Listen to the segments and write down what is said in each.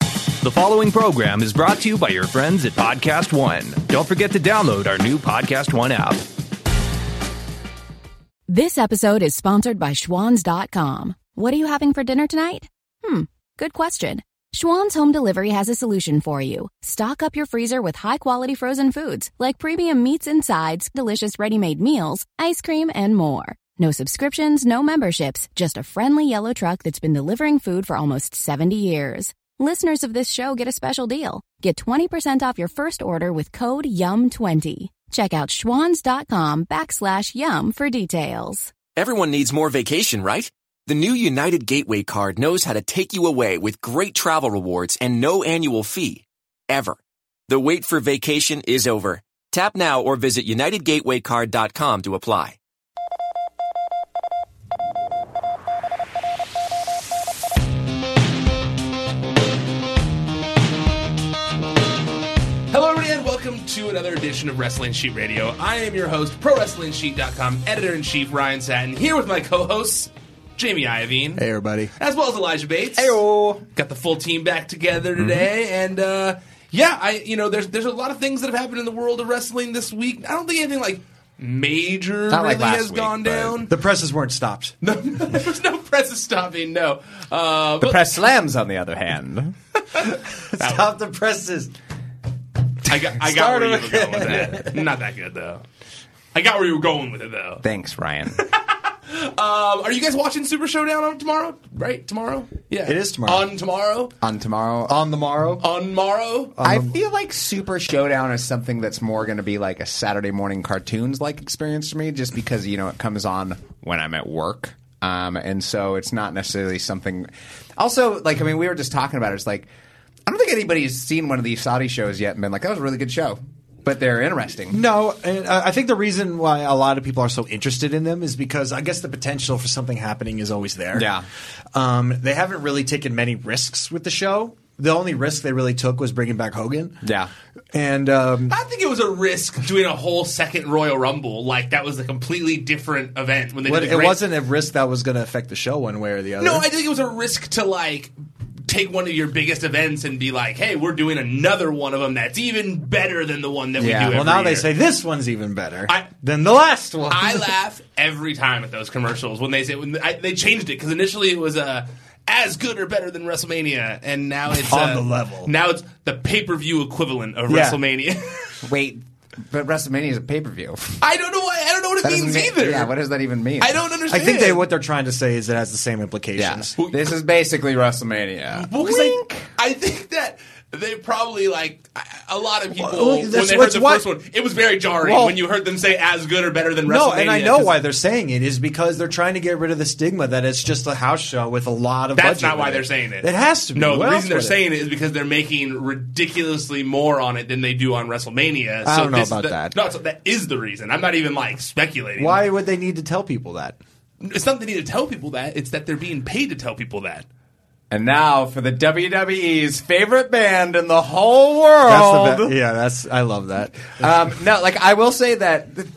The following program is brought to you by your friends at Podcast One. Don't forget to download our new Podcast One app. This episode is sponsored by Schwans.com. What are you having for dinner tonight? Hmm, good question. Schwann's Home Delivery has a solution for you. Stock up your freezer with high quality frozen foods like premium meats and sides, delicious ready made meals, ice cream, and more. No subscriptions, no memberships, just a friendly yellow truck that's been delivering food for almost 70 years. Listeners of this show get a special deal. Get 20% off your first order with code YUM20. Check out schwans.com backslash YUM for details. Everyone needs more vacation, right? The new United Gateway card knows how to take you away with great travel rewards and no annual fee. Ever. The wait for vacation is over. Tap now or visit UnitedGatewayCard.com to apply. Hello, everybody, and welcome to another edition of Wrestling Sheet Radio. I am your host, ProWrestlingSheet.com editor in chief Ryan Satin, here with my co hosts, Jamie Iovine. Hey, everybody. As well as Elijah Bates. Heyo. Got the full team back together today, Mm-hmm. and uh, yeah, I you know there's there's a lot of things that have happened in the world of wrestling this week. I don't think anything like major Not really like last has week, gone but- down. The presses weren't stopped. No, there was no press is stopping. No, uh, The but press slams, on the other hand. Stop the presses. I got I got where you were going with that. Not that good though. I got where you were going with it though. Thanks, Ryan. Um, are you guys watching Super Showdown on tomorrow? Right, tomorrow. Yeah, It is tomorrow. On tomorrow. on tomorrow. On the morrow. On tomorrow. I feel like Super Showdown is something that's more going to be like a Saturday morning cartoons like experience for me, just because you know it comes on when I'm at work, um, and so it's not necessarily something. Also, like I mean, we were just talking about it. It's like I don't think anybody's seen one of these Saudi shows yet and been like, "That was a really good show," but they're interesting. No, and I I think the reason why a lot of people are so interested in them is because I guess the potential for something happening is always there. Yeah. Um, they haven't really taken many risks with the show. The only risk they really took was bringing back Hogan. Yeah. And um, I think it was a risk doing a whole second Royal Rumble. Like that was a completely different event when they but did. it The great- wasn't a risk that was going to affect the show one way or the other. No, I think it was a risk to like take one of your biggest events and be like, "Hey, we're doing another one of them that's even better than the one that we do." Yeah. Well, every now they year. say this one's even better I- than the last one. I laugh every time at those commercials when they say when I, they changed it because initially it was uh, as good or better than WrestleMania, and now it's On uh, the level. Now it's the pay per view equivalent of Yeah. WrestleMania. Wait, but WrestleMania is a pay per view. I don't know. Why, I don't know what it means either. Yeah, what does that even mean? I don't I understand. think they what they're trying to say is it has the same Yeah. implications. This is basically WrestleMania. Well, 'cause I, I think that They probably like a lot of people Well, well, when that's- they heard that's the why- first one. It was very jarring Well- when you heard them say as good or better than WrestleMania. No, and I know 'cause why they're saying it is because they're trying to get rid of the stigma that it's just a house show with a lot of. That's budget not with why they're saying it. It has to be. No, What the else reason they're would it- saying it is because they're making ridiculously more on it than they do on WrestleMania. I so don't know this- about that. No, so that is the reason. I'm not even like speculating. Why would they need to tell people that? It's not that they need to tell people that. It's that they're being paid to tell people that. And now for the WWE's favorite band in the whole world. That's the be- yeah, that's I love that. um, no, like I will say that the-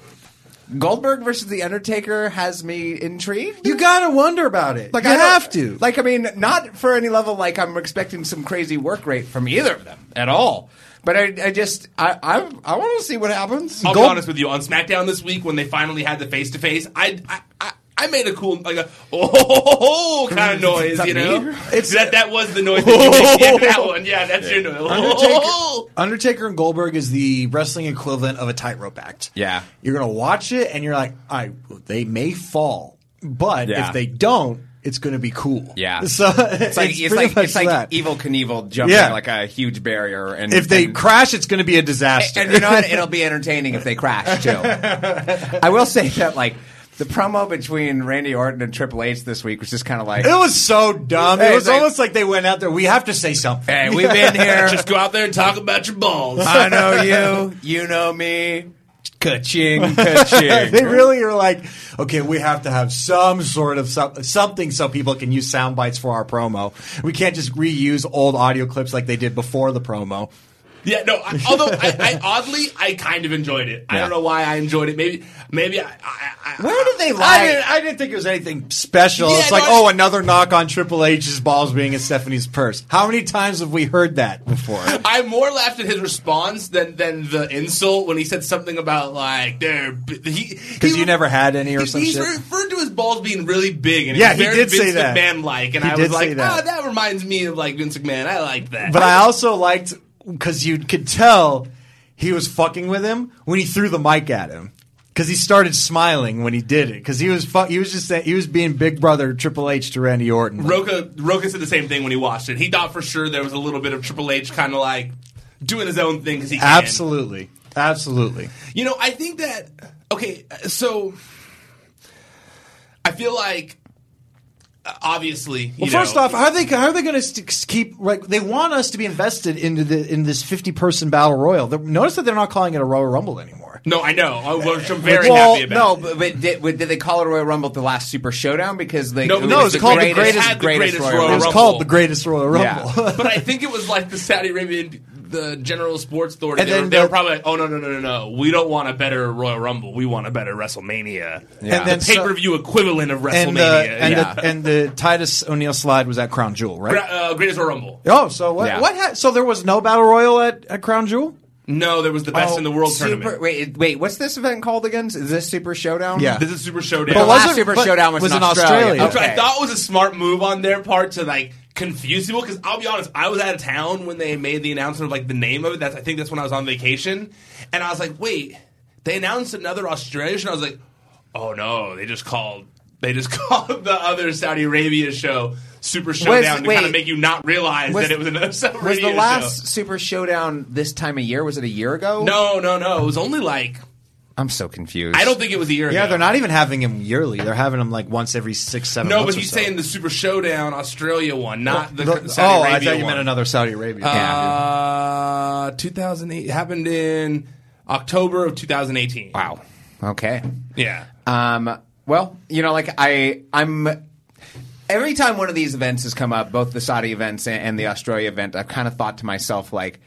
Goldberg versus the Undertaker has me intrigued. You gotta wonder about it. Like you I don't- have to. Like I mean, not for any level. Like I'm expecting some crazy work rate from either of them at all. But I, I just I I, I want to see what happens. I'll Gold- be honest with you. On SmackDown this week, when they finally had the face to face, I I- I I made a cool like a oh, kind of Is noise, that you know. me? It's that that was the noise. That you made. Yeah, that one. Yeah, that's your noise. Oh! Undertaker, Undertaker and Goldberg is the wrestling equivalent of a tightrope act. Yeah. You're going to watch it and you're like, I they may fall, but Yeah. if they don't, it's going to be cool. Yeah. So it's it's like like, it's, pretty like much it's like that. evil Knievel jumping Yeah. like a huge barrier, and if they Mm-hmm. and- crash, it's going to be a disaster. And you know what? It'll be entertaining if they crash too. I will say that like the promo between Randy Orton and Triple H this week was just kind of like, it was so dumb. Hey, it was they- almost like they went out there. We have to say something. "Hey, we've been here. Just go out there and talk about your balls. I know you. You know me. Ka-ching, ka-ching. They really are like, okay, we have to have some sort of some, something so people can use sound bites for our promo. We can't just reuse old audio clips like they did before the promo. Yeah, no. I, although I, I oddly, I kind of enjoyed it. I don't know why I enjoyed it. Maybe, maybe I. I, I Where did they I lie? didn't, I didn't think it was anything special. Yeah, it's like, no, I- oh, another knock on Triple H's balls being in Stephanie's purse. How many times have we heard that before? I more laughed at his response than than the insult when he said something about like they're b- he Because you never had any or He, some he's shit. referred to his balls being really big, and it Yeah, was he very did say Vince that. McMahon like, and He I did was like, say that. "Ah, that reminds me of like Vince McMahon. I like that." But I also liked because you could tell he was fucking with him when he threw the mic at him. Because he started smiling when he did it. Because he was fu- he was just saying, he was being Big Brother Triple H to Randy Orton. Like, Roka Roka said the same thing when he watched it. He thought for sure there was a little bit of Triple H kind of like doing his own thing because he can. absolutely, absolutely. You know, I think that okay, so I feel like uh, obviously, you Well, first know, off, how are they how are they going to keep? Like, they want us to be invested into the in this fifty person battle royal. They're- notice that they're not calling it a Royal Rumble anymore. no, I know. I was I'm very Well, happy about. no, it. Oh, but, but did, but did they call it Royal Rumble the last Super Showdown? Because they, No, it was no, it's the called the greatest, greatest- had the greatest Royal It was Rumble. called the Greatest Royal Rumble. Yeah. but I think it was like the Saudi Arabian, the General Sports Authority. And they, were, then they the- were probably like, "Oh no, no, no, no, no! We don't want a better Royal Rumble. We want a better WrestleMania. And then the pay per view equivalent of WrestleMania. and the, and, yeah. the, and the Titus O'Neil slide was at Crown Jewel, right? Gra- uh, Greatest Royal Rumble. Oh, so what? Yeah. What? Ha- so there was no battle royal at, at Crown Jewel. No, there was the Oh, best in the world Super, tournament. wait, it- wait, what's this event called again? Is this Super Showdown? Yeah. This is Super Showdown. But The last wasn't- Super but- Showdown was, was in in Australia. Australia. Which I Okay. thought was a smart move on their part to like confuse people because I'll be honest, I was out of town when they made the announcement of like the name of it. That's I think that's when I was on vacation, and I was like, wait, they announced another Australian. show? I was like, oh no, they just called they just called the other Saudi Arabia show Super Showdown to kind wait. of make you not realize Was- that it was another Saudi Was Arabia the last show. Super Showdown this time of year? Was it a year ago? No, no, no. It was only like I'm so confused. I don't think it was a year. Yeah, ago. they're not even having him yearly. They're having him like once every six, seven. No, months but or he's so. saying the Super Showdown Australia one, not the, The- Saudi oh, Arabia I thought you one. meant another Saudi Arabia. Uh, 2008 happened in October of 2018. Wow. Okay. Yeah. Um, well, you know, like I, I'm. Every time one of these events has come up, both the Saudi events and, and the Australia event, I've kind of thought to myself, like,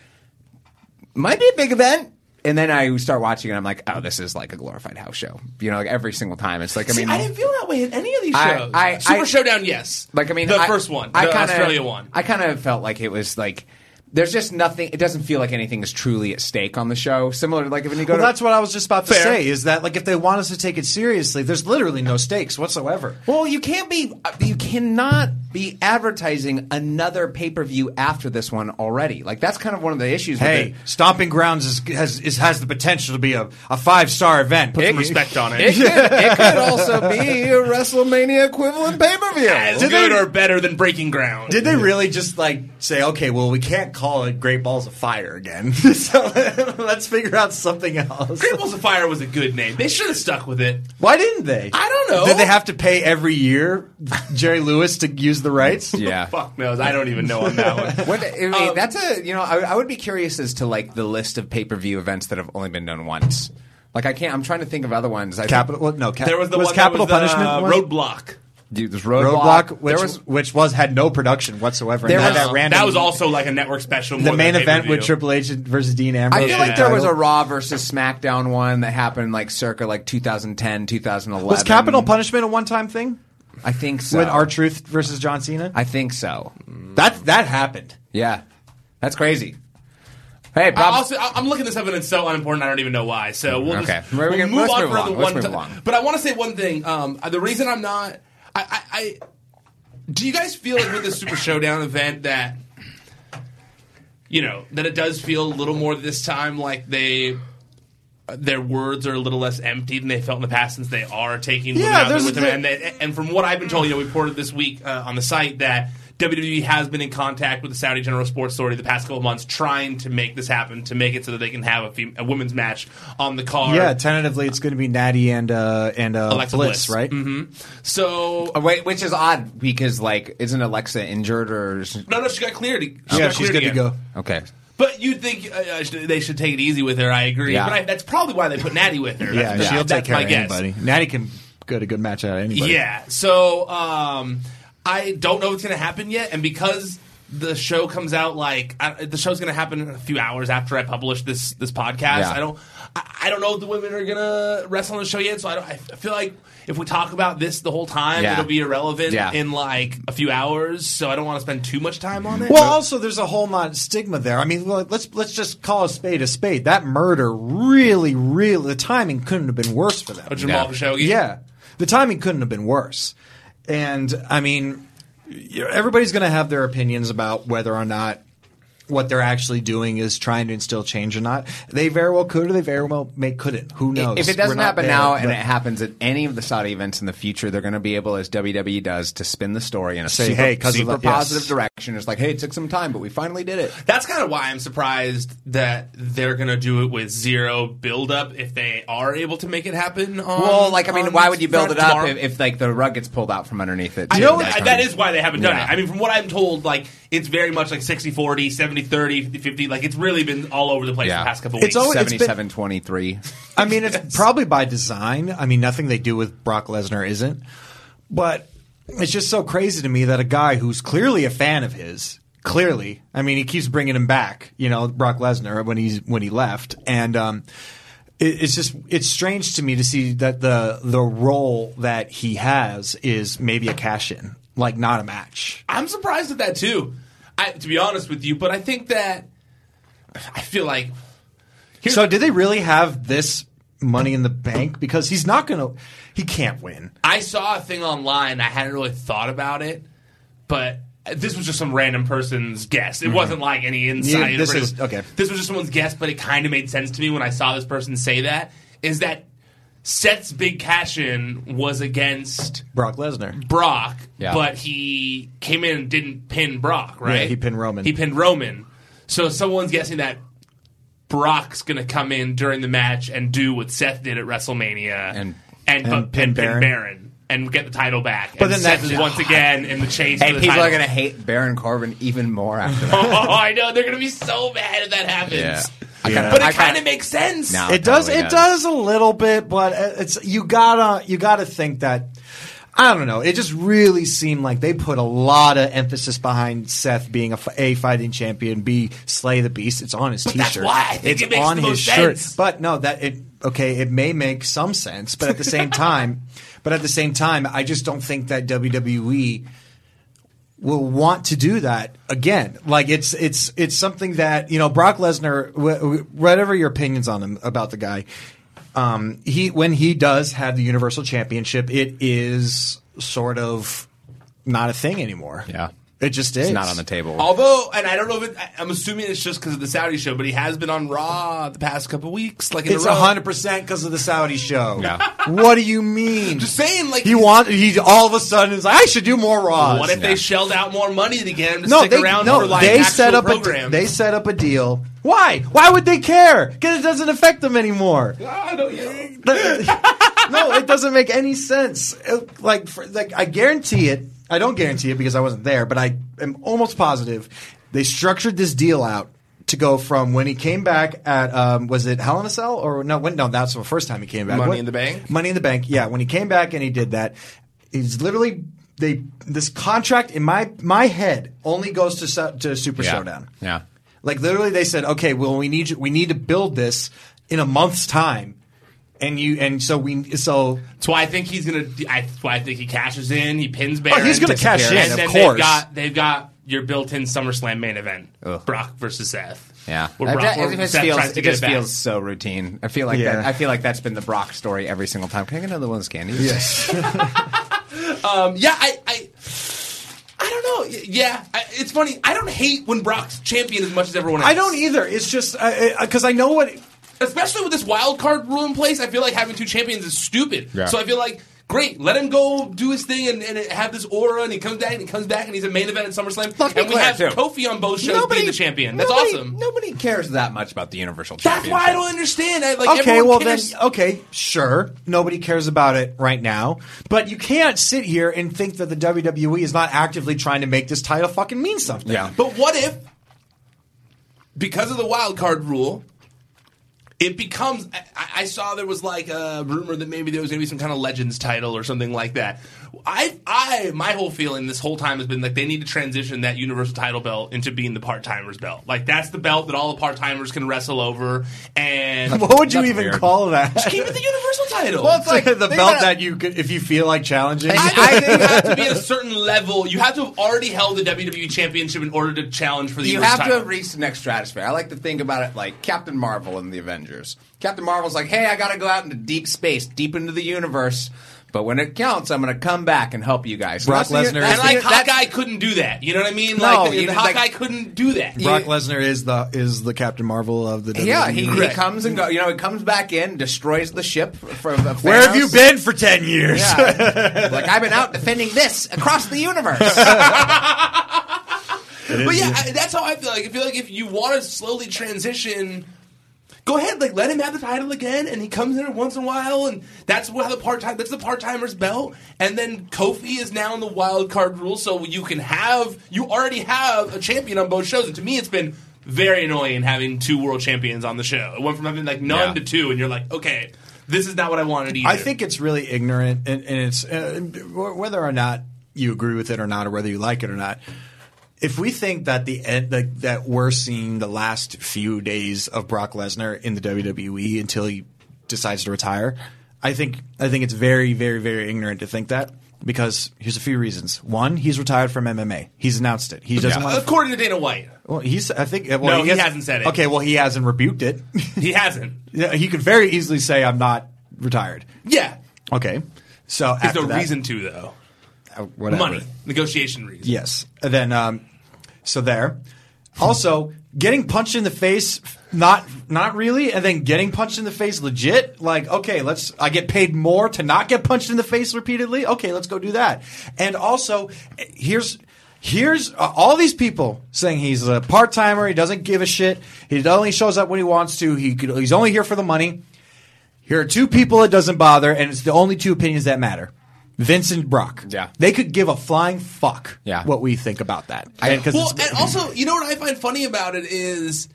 might be a big event. And then I start watching, and I'm like, oh, this is like a glorified house show. You know, like every single time. It's like, I See, mean, I didn't feel that way at any of these I- shows. I- Super I- Showdown, yes. like I mean, the I- first one, the I kinda, Australia one. I kind of felt like it was like. There's just nothing. It doesn't feel like anything is truly at stake on the show. Similar, to like if when you go Well, to that's what I was just about to Fair. say. Is that like if they want us to take it seriously, there's literally no stakes whatsoever. Well, uh, you can't be. You cannot be advertising another pay per view after this one already. Like that's kind of one of the issues. Hey, with it. Stomping Grounds is, has is, has the potential to be a, a five star event. Put some respect on it. It could, it could also be a WrestleMania equivalent pay per view. As good or better than Breaking Ground. Did they really just like say, okay, well, we can't call it Great Balls of Fire again, so let's figure out something else. Great Balls of Fire was a good name. They should have stuck with it. Why didn't they? I don't know. Did they have to pay every year Jerry Lewis to use the rights? yeah. Fuck knows. I don't even know on that one. What, I mean, Um, that's a you know I, I would be curious as to like the list of pay per view events that have only been done once. Like I can't. I'm trying to think of other ones. I think- Capital well, no. Cap, There was the one capital that was the, punishment uh, one? roadblock. Dude, there's roadblock, which there was was which was had no production whatsoever. There and had was- that, random, Uh, That was also like a network special. More the main than a event with pay-per-view. Triple H versus Dean Ambrose. I feel for like the there was a title. Raw versus SmackDown one that happened like circa like 2010, 2011. was capital punishment a one time thing I think so. with R Truth versus John Cena. I think so. that that happened. Yeah, that's crazy. Hey, I Bob. also, I- I'm looking this up and it's so unimportant. I don't even know why. So we'll Okay. just We're we'll gonna- move let's on move for along. the Let's one. move ti- along. But I want to say one thing. Um, the reason I'm not, I, I, I do you guys feel like with the Super Showdown event that you know that it does feel a little more this time like they. Their words are a little less empty than they felt in the past, since they are taking women Yeah, out there there's with a them. bit- And, they, and from what I've been told, you know, we reported this week uh, on the site that WWE has been in contact with the Saudi General Sports Authority the past couple of months, trying to make this happen, to make it so that they can have a, fem- a women's match on the card. Yeah, tentatively it's going to be Natty and uh, and uh, Alexa Bliss, Bliss. Mm-hmm. right? So Oh, wait, which is odd because like isn't Alexa injured or? is- no, no, she got cleared. She Yeah, got she's cleared good to again. go. Okay. But you'd think uh, uh, sh- they should take it easy with her. I agree. Yeah. But I, that's probably why they put Natty with her. Yeah, that's, she'll that's take care my of guess. anybody. Natty can get a good match out of anybody. Yeah. So um, I don't know what's going to happen yet, and because the show comes out like I, the show's going to happen a few hours after I publish this this podcast, Yeah. I don't I, I don't know if the women are going to wrestle on the show yet. So I, don't, I feel like if we talk about this the whole time, Yeah. it'll be irrelevant Yeah. in like a few hours. So I don't want to spend too much time on it. Well, also there's a whole lot of stigma there. I mean, well, let's let's just call a spade a spade. That murder really, really, the timing couldn't have been worse for them. But Oh, Jamal Yeah. Khashoggi. Yeah, the timing couldn't have been worse. And I mean, you know, everybody's going to have their opinions about whether or not what they're actually doing is trying to instill change or not. They very well could, or they very well may couldn't. Who knows? If it Oh, We're doesn't not happen there, now and but- it happens at any of the Saudi events in the future, they're going to be able, as WWE does, to spin the story in a Say, super, "Hey, 'cause of super the- yes." positive direction. It's like, hey, it took some time, but we finally did it. That's kind of why I'm surprised that they're going to do it with zero build up if they are able to make it happen. On, Well, like, I mean, on why would you build it up tomorrow? if, if, like, the rug gets pulled out from underneath it? I too? know Like, that, that is why they haven't done Yeah. it. I mean, from what I'm told, like it's very much like 60 40, 70 30, 50 50. Like it's really been all over the place Yeah. the past couple It's weeks. always- been- 77 23. I mean, it's probably by design. I mean, nothing they do with Brock Lesnar isn't. But it's just so crazy to me that a guy who's clearly a fan of his, clearly, I mean, he keeps bringing him back. You know, Brock Lesnar when he's when he left, and um, it, it's just it's strange to me to see that the the role that he has is maybe a cash in, like not a match. I'm surprised at that too. I, to be honest with you, but I think that I feel like So, do they really have this money in the bank? Because he's not gonna, he can't win. I saw a thing online. I hadn't really thought about it, but this was just some random person's guess. Mm-hmm. It wasn't like any insight. Yeah, this It was- is- okay. This was just someone's guess, but it kind of made sense to me when I saw this person say that. Is that Seth's big cash in was against Brock Lesnar. Brock, Yeah. but he came in and didn't pin Brock, right? Yeah, he pinned Roman. He pinned Roman. So someone's guessing that Brock's going to come in during the match and do what Seth did at WrestleMania And- and, but and pin, pin pin Baron. Baron and get the title back. But and then Seth that's- is once again in the chase. Hey, for the people title. are going to hate Baron Corbin even more after that. Oh, I know they're going to be so mad if that happens. Yeah. I kinda- But I it kinda- kind of makes sense. No. it does. totally It does. does a little bit, but it's you gotta you gotta think that. I don't know. It just really seemed like they put a lot of emphasis behind Seth being a, f- a fighting champion, B slay the beast. It's on his that's t-shirt. why I think it's it makes on the his most shirt. sense. But no, that it okay. It may make some sense, but at the same time, but at the same time, I just don't think that E WWE will want to do that again. Like it's it's it's something that you know Brock Lesnar, wh- wh- whatever your opinions on him about the guy, um, he when he does have the Universal Championship, it is sort of not a thing anymore. Yeah. It just is. It's not on the table. Although, and I don't know if it, I- I'm assuming it's just because of the Saudi show, but he has been on Raw the past couple weeks. Like in It's a row. hundred percent because of the Saudi show. Yeah. what do you mean? Just saying, like He want he all of a sudden is like I should do more Raws. What if they shelled out more money to get him to no, stick they, around no, for like they actual set up programs? a they set up a deal. Why? Why would they care? Because it doesn't affect them anymore. I don't know. no, it doesn't make any sense. It- like, for, like I guarantee it. I don't guarantee it because I wasn't there, but I am almost positive they structured this deal out to go from when he came back at um, was it Hell in a Cell or no? When no, that's the first time he came back. Money What- in the Bank? Money in the Bank. Yeah, when he came back and he did that, he's literally they this contract in my my head only goes to Su- to Super Yeah. Showdown. Yeah. Like literally, they said, "Okay, well, we need you- we need to build this in a month's time," and you and so we so That's why I think he's gonna. I, that's why I think he cashes in. He pins Baron. Oh, he's gonna cash disappears. in, And of then course. They've got, they've got your built-in SummerSlam main event: Brock versus Seth. Yeah, where Brock, That- where it just Seth feels, tries to it get just it back. feels so routine. I feel like Yeah. that, I feel like that's been the Brock story every single time. Can I get another one of those candies? yes, Um, yeah, I, I, I don't know. Y- Yeah, I, it's funny. I don't hate when Brock's champion as much as everyone else. I don't either. It's just because I know what. especially with this wild card rule in place, I feel like having two champions is stupid. Yeah. So I feel like, great, let him go do his thing and, and have this aura, and he comes back and he comes back and he's a main event at SummerSlam, Let's be and we clear, have too. Kofi on both shows being the champion. That's nobody- awesome. Nobody cares that much about the Universal That's Championship. why I don't understand. I, like Okay, everyone well cares. then, okay, sure, nobody cares about it right now, but you can't sit here and think that the WWE is not actively trying to make this title fucking mean something. Yeah. But what if, because of the wild card rule, it becomes? I, I- I saw there was like a rumor that maybe there was going to be some kind of Legends title or something like that. I, I, my whole feeling this whole time has been like they need to transition that Universal title belt into being the part timers belt. Like that's the belt that all the part timers can wrestle over. And What would you That's even weird. call that? keep it the Universal title. Well, it's like- the they belt gotta- that you could, if you feel like challenging. I I think you have to be at a certain level. You have to have already held the WWE Championship in order to challenge for the You Universal have to title. have reached the next stratosphere. I like to think about it like Captain Marvel in the Avengers. Captain Marvel's like, hey, I got to go out into deep space, deep into the universe. But when it counts, I'm going to come back and help you guys. Brock That's the- Lesnar that's And the- like that's- Hawkeye couldn't do that. You know what I mean? No, like the, you- the Hawkeye like- couldn't do that. Brock Lesnar is the is the Captain Marvel of the E. WWE. Yeah, he, he Correct. comes and goes. You know, he comes back in, destroys the ship. From uh, Where have you Thanos. been for ten years? Yeah. like I've been out defending this across the universe. But yeah, I, that's how I feel. Like I feel like if you want to slowly transition, go ahead. Like let him have the title again, and he comes in once in a while, and that's how the part time. That's the part timers belt. And then Kofi is now in the wild card rule, so you can have you already have a champion on both shows. And to me, it's been. Very annoying having two world champions on the show. It went from having like none Yeah. to two, and you're like, okay, this is not what I wanted either. I think it's really ignorant, and, and it's uh, whether or not you agree with it or not, or whether you like it or not. If we think that the end, like, that we're seeing the last few days of Brock Lesnar in the WWE until he decides to retire, I think I think it's very, very, very ignorant to think that. Because here's a few reasons. One, he's retired from MMA. He's announced it. He doesn't want to. according to Dana White, Well, he's. I think. Well, No, he hasn't- hasn't said it. Okay, well, he hasn't rebuked it. he hasn't. Yeah, he could very easily say, "I'm not retired." Yeah. Okay, so There's after no that- reason to, though. uh, whatever. Money. Negotiation reason. Yes. And then, um, so there. Also, getting punched in the face, not not really, and then getting punched in the face, legit. Like, okay, let's. I get paid more to not get punched in the face repeatedly. Okay, let's go do that. And also, eh, here's. Here's uh, all these people saying he's a part timer. He doesn't give a shit. He only shows up when he wants to. He could, he's only here for the money. Here are two people it doesn't bother, and it's the only two opinions that matter: Vince and Brock. Yeah. they could give a flying fuck. Yeah. what we think about that. I- And 'cause Well, it's- and also, you know what I find funny about it is,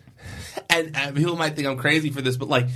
and, and people might think I'm crazy for this, but like,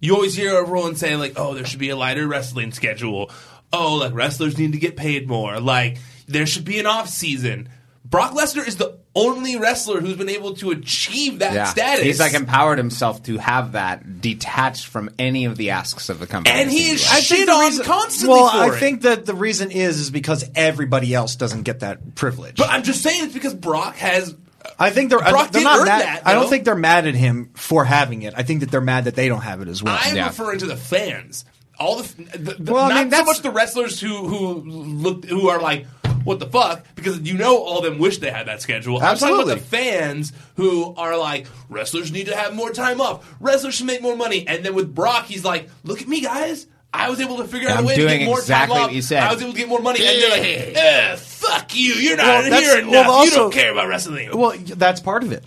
you always hear everyone say, like, oh, there should be a lighter wrestling schedule. Oh, like, wrestlers need to get paid more. Like, there should be an off season. Brock Lesnar is the only wrestler who's been able to achieve that status. He's like empowered himself to have that detached from any of the asks of the company. And he is I think shit the on reason- constantly Well, for I it. think that the reason is is because everybody else doesn't get that privilege. But I'm just saying it's because Brock has. I think they're, Brock they're did not earn mad. that, I don't though. think they're mad at him for having it. I think that they're mad that they don't have it as well. I'm Yeah. referring to the fans. all the, the, the- Well, I not mean, that's- so much the wrestlers who who look who are like what the fuck because you know all of them wish they had that schedule. I'm talking Absolutely. about the fans who are like wrestlers need to have more time off. Wrestlers should make more money. And then with Brock, he's like, look at me, guys. I was able to figure out I'm a way to doing get more exactly time what off. you said. I was able to get more money, and they're like, eh, "Fuck you! You're not Well, that's- here enough. well, you don't also- care about wrestling." Well, y- that's part of it.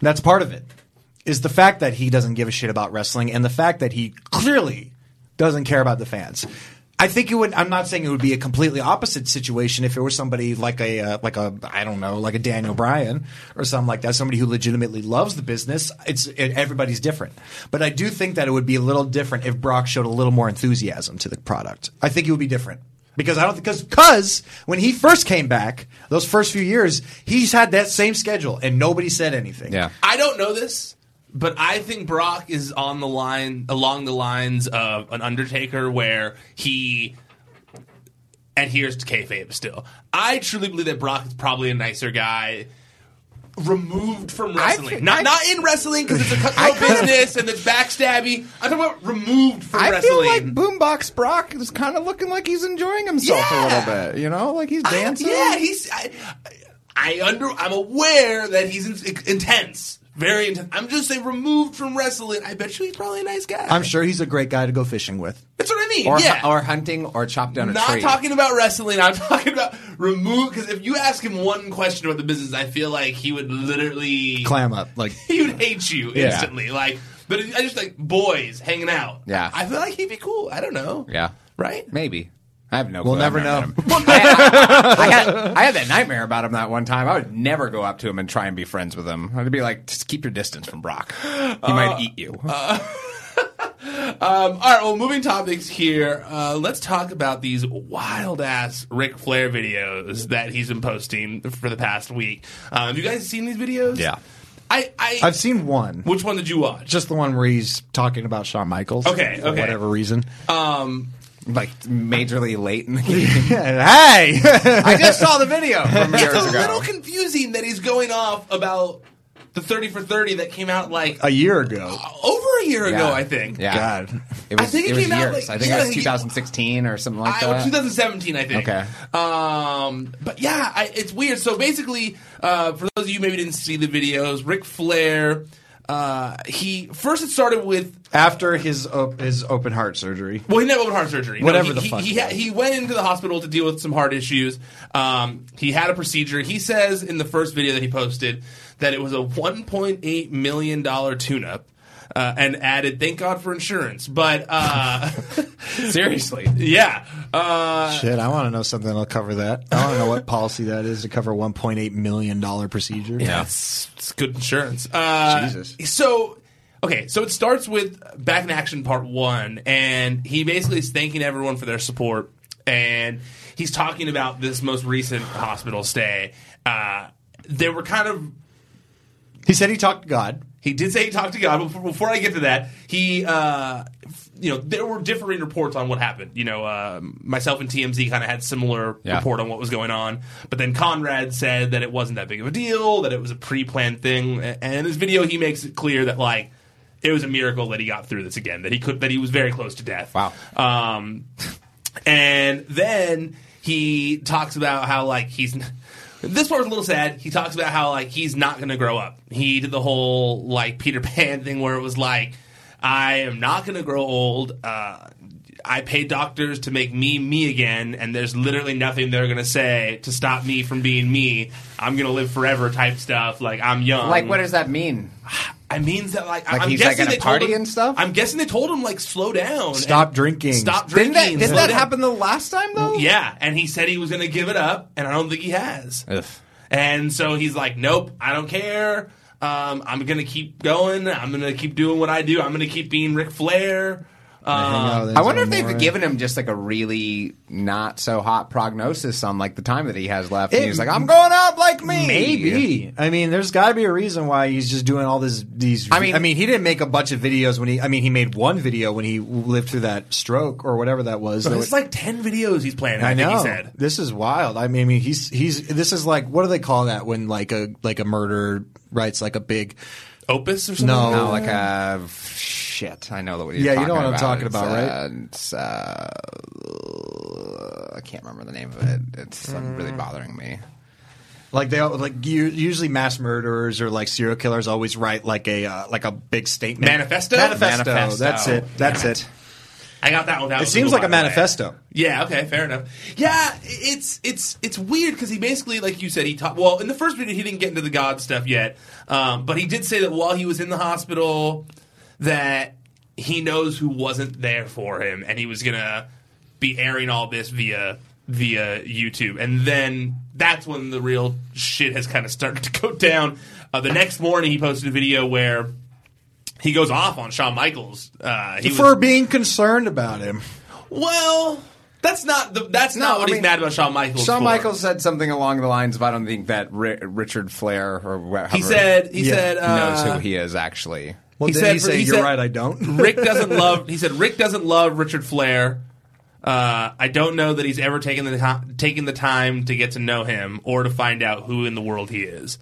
That's part of it. Is the fact that he doesn't give a shit about wrestling and the fact that he clearly doesn't care about the fans. I think it would. I'm not saying it would be a completely opposite situation if it were somebody like a uh, like a I don't know like a Daniel Bryan or something like that. Somebody who legitimately loves the business. It's it, everybody's different, but I do think that it would be a little different if Brock showed a little more enthusiasm to the product. I think it would be different because I don't because because when he first came back, those first few years, he's had that same schedule and nobody said anything. Yeah. I don't know this, but I think Brock is on the line along the lines of an Undertaker, where he adheres to kayfabe. Still, I truly believe that Brock is probably a nicer guy. Removed from wrestling, think- not I- not in wrestling because it's a cutthroat business and it's backstabby. I'm talking about removed from I wrestling. feel like Boombox Brock is kind of looking like he's enjoying himself Yeah. a little bit. Uh, You know, like he's I- dancing. yeah, he's. I, I under. I'm aware that he's in, intense, very intense. I'm just saying, removed from wrestling. I bet you he's probably a nice guy. I'm sure he's a great guy to go fishing with. That's what I mean. or, yeah. or hunting or chop down a not tree. talking about wrestling. I'm talking about remove. Because if you ask him one question about the business, I feel like he would literally Clam up, like He would hate you Yeah. instantly. Like, but I just like boys hanging out. Yeah. I feel like he'd be cool. I don't know. Yeah. Right. Maybe. I have no We'll clue. I've never never know. met him. I, I- I had, I had that nightmare about him that one time. I would never go up to him and try and be friends with him. I'd be like, just keep your distance from Brock. He Uh, Uh, might eat you. Um, all right, well, moving topics here. Uh, let's talk about these wild ass Ric Flair videos that he's been posting for the past week. Uh, have you guys seen these videos? Yeah. I, I I've seen one. Which one did you watch? Just the one where he's talking about Shawn Michaels. Okay, For okay. whatever reason. um, like, majorly late in the game. hey! I just saw the video from years it's a ago. little confusing that he's going off about the thirty for thirty that came out like a year ago. over a year ago. Yeah. I think. Yeah. God. It was, I think it was came out, years. like- I think yeah, it like- was 2016 or something like I, or that. 2017, I think. Okay. Um, but yeah, I, it's weird. So basically, uh, for those of you who maybe didn't see the videos, Ric Flair, uh, he first it started with After his op- his open heart surgery. well, he didn't have open heart surgery. No, Whatever he, the he, fuck He, it ha- was. he went into the hospital to deal with some heart issues. Um, he had a procedure. He says in the first video that he posted that it was a $1.8 million tune-up. Uh, and added, thank God for insurance. But uh, seriously, yeah, uh, Shit, I want to know something that'll cover that. I want to know what policy that is to cover $1.8 million procedure. Yeah. It's, it's good insurance. Uh, Jesus. So, okay, so it starts with Back in Action Part 1, and he basically is thanking everyone for their support, and he's talking about this most recent hospital stay. Uh, they were kind of He said he talked to God. he did say he talked to God. Before, before I get to that, he, uh, f- you know, there were differing reports on what happened. You know, uh, myself and TMZ kind of had similar Yeah. report on what was going on, but then Conrad said that it wasn't that big of a deal, that it was a pre-planned thing. A- And in this video, he makes it clear that like it was a miracle that he got through this again. That he could, that he was very close to death. Wow. Um, and then he talks about how like he's. This part's a little sad. He talks about how like he's not going to grow up. He did the whole like Peter Pan thing where it was like, I am not going to grow old. Uh, I pay doctors to make me me again, and there's literally nothing they're going to say to stop me from being me. I'm going to live forever type stuff. Like I'm young. like, what does that mean? I means that like, Like, I'm he's, like, guessing at a they told party him- and stuff? I'm guessing they told him like slow down, Stop and- drinking. stop Didn't drinking. that, didn't slow that down. happen the last time, though? Yeah, and he said he was going to give it up, and I don't think he has. Ugh. And so he's like, "Nope, I don't care. Um, I'm going to keep going. I'm going to keep doing what I do. I'm going to keep being Ric Flair." Um, I wonder if they've given. given him just like a really not so hot prognosis on like the time that he has left. and It- he's like, I'm going out like me. Maybe. I mean, there's got to be a reason why he's just doing all this. These. I mean- I mean, he didn't make a bunch of videos when he. I mean, he made one video when he lived through that stroke or whatever that was. so There it's was- like ten videos he's planning. I, I know. think he said. This is wild. I mean, I mean, he's he's. This is like what do they call that when like a like a murder writes like a big Opus or something? no No, like a. Oh, uh, shit. I know that what you're Yeah, you talking know what I'm about. talking It's, about, right? uh, it's, uh, I can't remember the name of it. It's like, really bothering me. Like they all- like u- usually mass murderers or like serial killers always write like a uh, like a big statement Manifesto? Manifesto. Manifesto. That's it. That's Damn it. it. I got that one. That It was seems Google, by like a the way. manifesto. Yeah. Okay. Fair enough. Yeah. It's it's it's weird because he basically, like you said, he taught. Well, in the first video, he didn't get into the God stuff yet, um, but he did say that while he was in the hospital, that he knows who wasn't there for him, and he was gonna be airing all this via via YouTube, and then that's when the real shit has kind of started to go down. Uh, the next morning, he posted a video where. He goes off on Shawn Michaels. Uh, he was- For being concerned about him. well, that's not the, that's No, not what I he's mean, mad about Shawn Michaels. Shawn for. Michaels said something along the lines of, "I don't think that Ri- Richard Flair or whatever He said. He Yeah. said. knows Uh, who he is actually." Well, He did said he for- say he you're said- right? I don't. Rick doesn't love. He said Rick doesn't love Richard Flair. Uh, I don't know that he's ever taken the ti- taken the time to get to know him or to find out who in the world he is.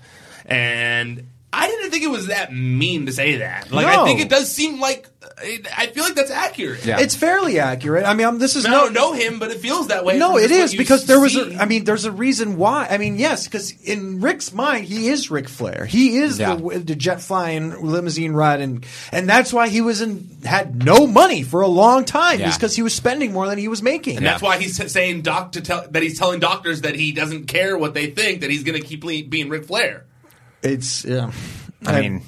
And I didn't think it was that mean to say that. Like I No. think it does seem like uh, it, I feel like that's accurate. Yeah. It's fairly accurate. I mean, I'm, this is I don't know no him, but it feels that way. No, from it just what is you because there was. see. A, I mean, there's a reason why. I mean, yes, because in Rick's mind, he is Ric Flair. He is Yeah. the, the jet flying limousine ride, and and that's why he was in had no money for a long time. Yeah. Is because he was spending more than he was making. And that's why he's t- saying doc to tell that he's telling doctors that he doesn't care what they think that he's going to keep le- being Ric Flair. It's yeah. I mean,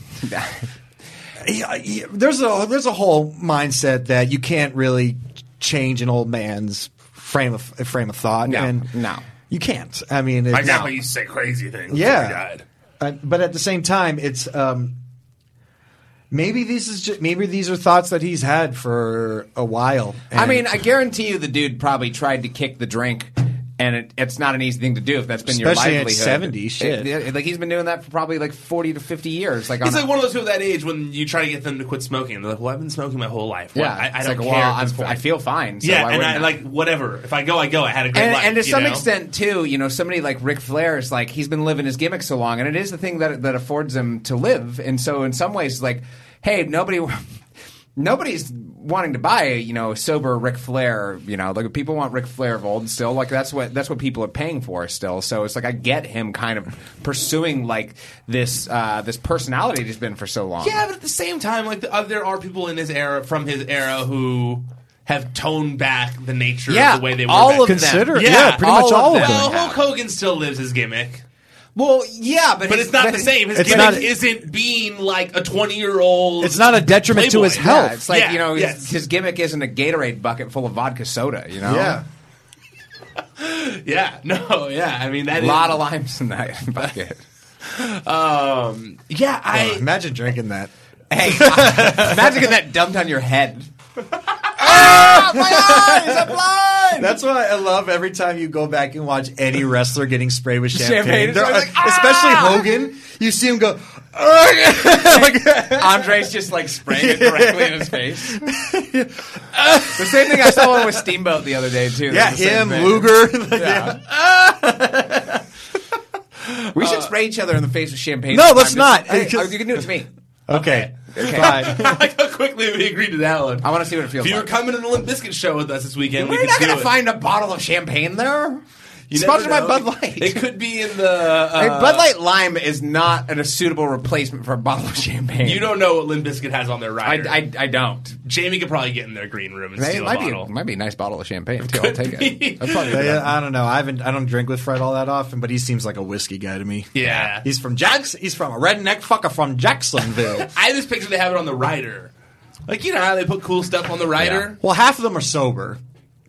yeah, yeah, there's a there's a whole mindset that you can't really change an old man's frame of frame of thought. No, and no. you can't. I mean, it's, you say crazy things. Yeah. Uh, but at the same time, it's um, maybe this is just, maybe these are thoughts that he's had for a while. I and- mean, I guarantee you, the dude probably tried to kick the drink, and it, it's not an easy thing to do if that's been your Especially at livelihood. 70, shit. It- it- like he's been doing that for probably like forty to fifty years. Like He's on like one of those people at that age when you try to get them to quit smoking. They're like, "Well, I've been smoking my whole life. Well, yeah, I, I it's don't like, care." Well, at this I'm, point." I feel fine. So yeah, why and wouldn't I like whatever. If I go, I go. I had a great and, life. and to you some know? extent too, you know, somebody like Ric Flair is like he's been living his gimmick so long, and it is the thing that that affords him to live. And so, in some ways, like, hey, nobody, nobody's wanting to buy, you know, sober Ric Flair. You know, like people want Ric Flair of old still. Like that's what that's what people are paying for still. So it's like I get him kind of pursuing like this uh, this personality he's been for so long. Yeah, but at the same time, like the, uh, there are people in his era, from his era, who have toned back the nature Yeah, of the way they were. all back of then. Consider- them. yeah, pretty much all of Well, them Hulk Hogan still lives his gimmick. Well, yeah, but But his- it's not the his- same. His It's gimmick not- isn't being like a twenty-year-old. It's not a detriment to his playboy. health. Yeah, it's like Yeah, you know his, yes. his gimmick isn't a Gatorade bucket full of vodka soda. You know, yeah, Yeah, no, yeah. I mean, that a is- lot of limes in that bucket. Um, yeah, I, I. imagine drinking that. hey, imagine getting that dumped on your head. ah, my eyes, I'm blind. That's what I love every time you go back and watch any wrestler getting sprayed with champagne. Champagne, it's They're- always like, especially "Ah!" Hogan. You see him go, "Ah!" Andre's just like spraying it directly in his face. the same thing I saw one with Steamboat the other day too. yeah, That's the same him, thing. Luger. Like, Yeah. we should spray each other in the face with champagne. No, let's sometime. not, Just- hey, because- you can do it to me. Okay, Okay. fine. I like how quickly we agreed to that one. I want to see what it feels If you were like. coming to the Limp Bizkit show with us this weekend, we We're could not do going to it. find a bottle of champagne there. You never Sponsored by know. Bud Light. It could be in the. Uh, Hey, Bud Light Lime is not an- a suitable replacement for a bottle of champagne. You don't know what Limp Bizkit has on their I, rider. I, I don't. Jamie could probably get in their green room and Hey, steal a it might be, bottle. might be a nice bottle of champagne too. I'll take it. I'd probably do Yeah, that. I don't know. I haven't. I don't drink with Fred all that often, but he seems like a whiskey guy to me. Yeah. he's from Jackson. He's from a redneck fucker from Jacksonville. I just picture they have it on the rider. Like you know how they put cool stuff on the rider. well, half of them are sober.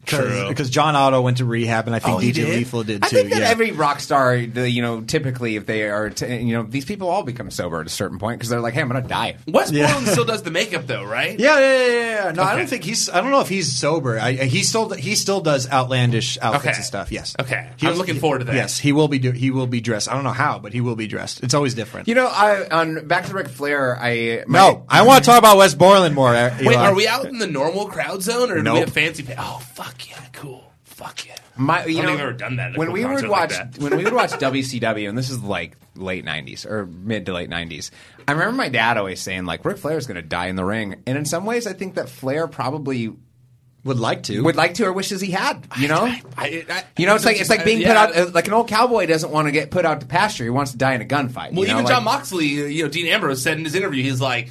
True. Oh, Because John Otto went to rehab, and I think DJ Lethal did too. I think that yeah. every rock star, the, you know, typically if they are, t- you know, these people all become sober at a certain point because they're like, hey, I'm going to die. West Yeah. Portland still does the makeup though, right? yeah, yeah, yeah, yeah, yeah. No, I Okay. don't think he's. I don't know if he's sober. I, uh, he still he still does outlandish outfits Okay. and stuff. Yes. Okay. He I'm was- looking forward to that. Yes, he will be. Do, he will be dressed. I don't know how, but he will be dressed. It's always different. You know, I on Back to Ric Flair, I. my- no, I want to talk about West Borland more. uh, Wait, are we out in the normal crowd zone or do we Nope. have fancy? Pa- oh fuck yeah, cool. Fuck yeah. My, I you don't know, think I've ever done that. at a When cool we would concert watch like that. when we would watch WCW, and this is like late '90s or mid to late '90s, I remember my dad always saying like Ric Flair is going to die in the ring, and in some ways, I think that Flair probably Would like to. would like to or wishes he had. You know, I- I- you know, it's like it's like being Yeah. put out uh, like an old cowboy doesn't want to get put out to pasture. He wants to die in a gunfight. Well, you know, even like- John Moxley, uh, you know, Dean Ambrose said in his interview, he's like,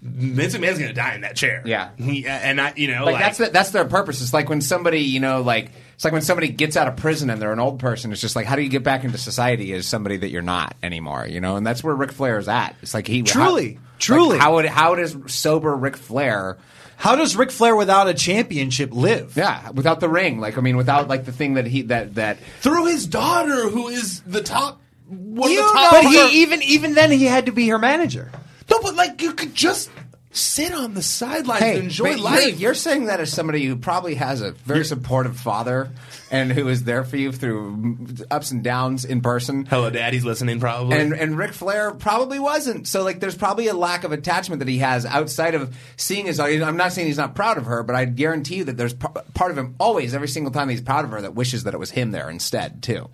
Vince McMahon's going to die in that chair. Yeah. He, and I, you know, like, like, that's the, that's their purpose. It's like when somebody you know like it's like when somebody gets out of prison and they're an old person. It's just like how do you get back into society as somebody that you're not anymore? You know, and that's where Ric Flair is at. It's like he how- Truly. like, Truly. how would how does sober Ric Flair? How does Ric Flair without a championship live? Yeah, without the ring, like I mean, without like the thing that he that that through his daughter, who is the top. One You of the don't top know, but performer- he even even then he had to be her manager. No, but like you could just sit on the sidelines and enjoy but life. You're, you're saying that as somebody who probably has a very supportive father and who is there for you through ups and downs in person. Hello, Daddy's listening probably. And and Ric Flair probably wasn't. So like, there's probably a lack of attachment that he has outside of seeing his. I'm not saying he's not proud of her, but I guarantee you that there's p- part of him always, every single time he's proud of her, that wishes that it was him there instead too.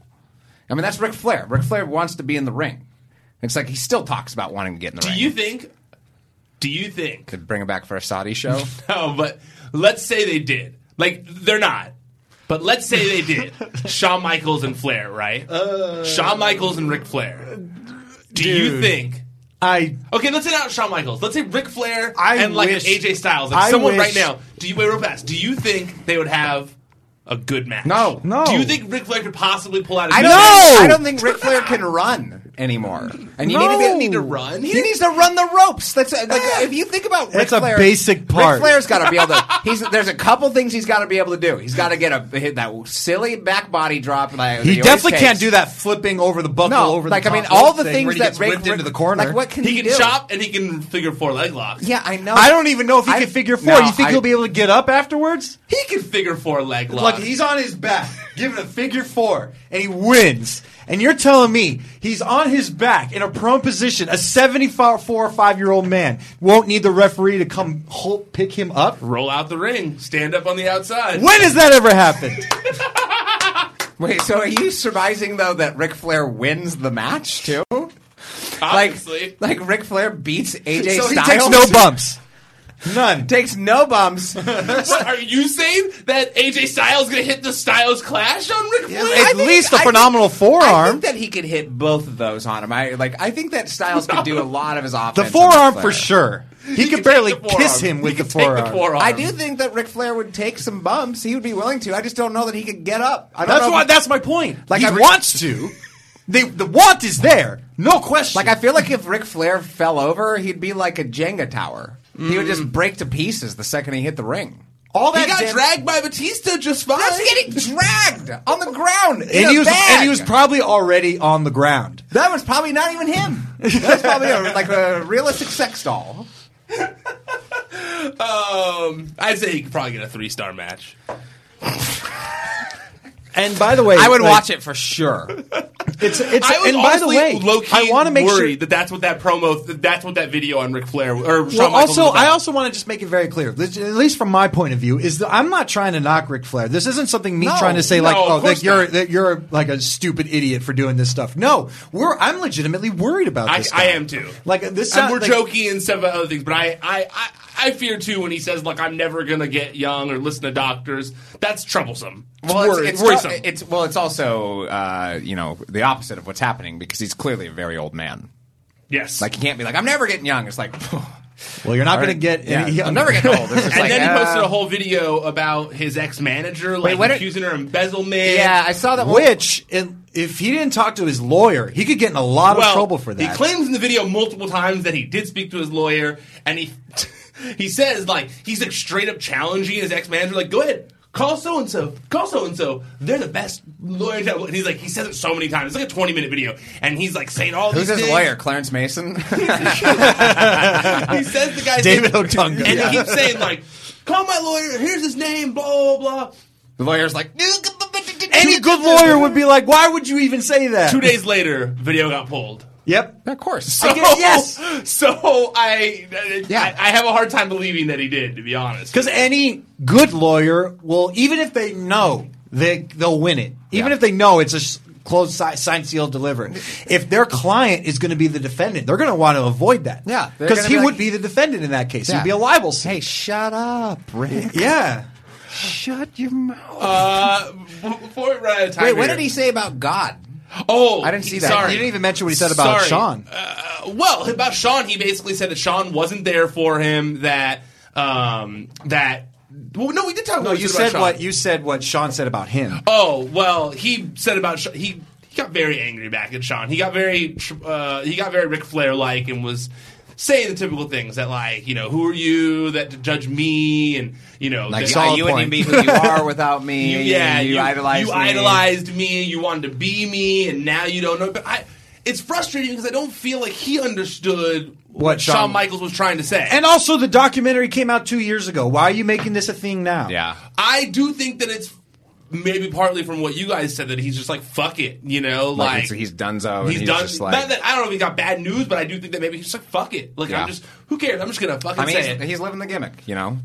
I mean, that's Ric Flair. Ric Flair wants to be in the ring. It's like he still talks about wanting to get in the do ring. you think? Do you think? to bring him back for a Saudi show? No, Oh, but let's say they did. Like they're not. But let's say they did. Shawn Michaels and Flair, right? Shawn Michaels and Ric Flair. Do you Uh, dude. think? I Okay, let's say not Shawn Michaels. Let's say Ric Flair I and like wish- an AJ Styles. Like I someone wish- right now. Do you wait real fast? Do you think they would have a good match? No. No. Do you think Ric Flair could possibly pull out? a I good don't, match? Oh! think, I don't think Ric Flair can run anymore. And you need to be, No. Need to run? He needs to run the ropes. That's a, like if you think about Ric That's a Flair, basic part. Ric Flair's got to be able to. He's there's a couple things he's got to be able to do. He's got to get a hit that silly back body drop. Like, that he always definitely takes. can't do that flipping over the buckle No, over like the I mean, top all rope the thing things where he that gets whipped Ric- into the corner. Like what can He he, can do? chop and he can figure four leg locks. Yeah, I know. I don't even know if he I- can figure four. No, you think I- he'll be able to get up afterwards? he can figure four leg Look, locks. he's on his back, giving a figure four, and he wins. And you're telling me he's on his back in a prone position, a 74 or 5 year old man won't need the referee to come hold, pick him up? roll out the ring, stand up on the outside. When has that ever happened? Wait, so are you surmising though that Ric Flair wins the match too? Obviously. Like, like Ric Flair beats AJ so he Styles. takes no bumps. None. Takes no bumps. what, are you saying that AJ Styles gonna hit the Styles Clash on Ric Flair? at I think- least a I phenomenal I forearm. think that he could hit both of those on him. I like. I think that Styles could do a lot of his offense. the on forearm Ric for Flair. sure. He, could can barely take the forearm. kiss him He with the can take the forearm. forearm. I do think that Ric Flair would take some bumps. He would be willing to. I just don't know that he could get up. I don't That's know if- why. That's my point. Like Like, he I re- wants to. They, the want is there, no question. Like I feel like if Ric Flair fell over, he'd be like a Jenga tower. He would Mm. just break to pieces the second he hit the ring. all he got damn- dragged by Batista just fine. That's getting dragged on the ground. In and a he was, bag. and he was probably already on the ground. that was probably not even him. That was probably a, like a realistic sex doll. Um, I'd say he could probably get a three star match. And by the way, I would like, watch it for sure. It's, it's, I was and by the way, low key I want to make worried sure. that that's what that promo, that that's what that video on Ric Flair or Shawn Well, Michaels was also, about. I also want to just make it very clear, at least from my point of view, is that I'm not trying to knock Ric Flair. This isn't something me No, trying to say like, no, of oh, course that you're not. that you're like a stupid idiot for doing this stuff. No, we're I'm legitimately worried about I, this. I guy. am too. Like this, and sound- we're like, joking and several other things, but I, I, I, I fear too when he says like I'm never gonna get young or listen to doctors. That's troublesome. It's Well, worri- it's, it's, worrisome. it's- well, it's also uh, you know the opposite of what's happening because he's clearly a very old man. yes. Like he can't be like I'm never getting young. It's like Well, you're not going to get. yeah, any I'm never getting old. It's just and like, then he uh, posted a whole video about his ex manager, like what are- accusing her of embezzlement. Yeah, I saw that. one- Which, in, if he didn't talk to his lawyer, he could get in a lot of trouble for that. He claims in the video multiple times that he did speak to his lawyer, and he he says like he's like straight up challenging his ex manager, like go ahead. Call so and so. Call so and so. They're the best lawyer. in town." And he's like, he says it so many times. It's like a twenty minute video, and he's like saying all Who's these. his things. lawyer? Clarence Mason. he says the guy's David name, Otunga. and Yeah. he keeps saying like, "Call my lawyer. Here's his name." Blah blah blah. the lawyer's like Any good lawyer would be like, "Why would you even say that?" Two days later, video got pulled. Yep. Of course. I get- yes. So I, I- Yeah. I, have a hard time believing that he did, to be honest. Because any good lawyer will, even if they know they they'll win it, even if they know it's a s- closed si- signed seal delivered. If their client is going to be the defendant, they're going to want to avoid that. Yeah, they're because gonna he be like- would be the defendant in that case. Yeah. He'd be a libel suit. Hey, shut up, Rick. yeah. Shut your mouth. Uh, b- before we run out of time, Wait, what here- did he say about God? Oh, I didn't see he- that. Sorry. You didn't even mention what he said about Sorry. Sean. Uh, well, about Sean, he basically said that Sean wasn't there for him. That um, that. Well, no, we did talk. No, about you about said Sean. what you said. What Sean said about him. Oh well, he said about Sh- he he got very angry back at Sean. He got very tr- uh, he got very Ric Flair like and was saying the typical things that like you know who are you that to judge me and you know Like, that- you wouldn't even be who you are without me. you, yeah, you, idolized you me. idolized me. You wanted to be me, and now you don't know. But I, it's frustrating because I don't feel like he understood what, Shawn, Shawn- Michaels was trying to say. And also, the documentary came out two years ago. Why are you making this a thing now? Yeah. I do think that it's maybe partly from what you guys said that he's just like fuck it, you know, Like, like, it's- he's donezo and he's done. just like- not that I don't know if he got bad news, but I do think that maybe he's just like fuck it. Like Yeah. I'm just who cares? I'm just gonna fucking I mean, say it. he's, he's living the gimmick, you know?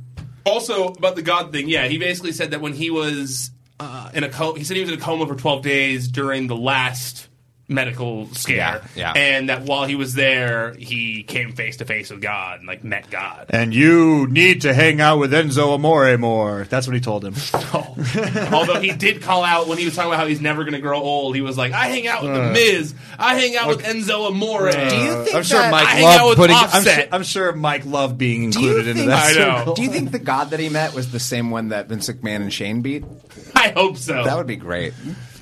Also about the God thing, yeah, he basically said that when he was uh, in a coma, he said he was in a coma for 12 days during the last medical scare, Yeah, yeah. and that while he was there, he came face to face with God and like met God. And you need to hang out with Enzo Amore more. That's what he told him. Although he did call out when he was talking about how he's never going to grow old. He was like, I hang out with Uh. The Miz. I hang out with Enzo Amore. Do you think Uh, I'm sure that- Mike I hang out loved with putting. I'm sure, Offset. I'm sure Mike loved being Do you included into think- that. I know. circle. Do you think the God that he met was the same one that Vince McMahon and Shane beat? I hope so. That would be great.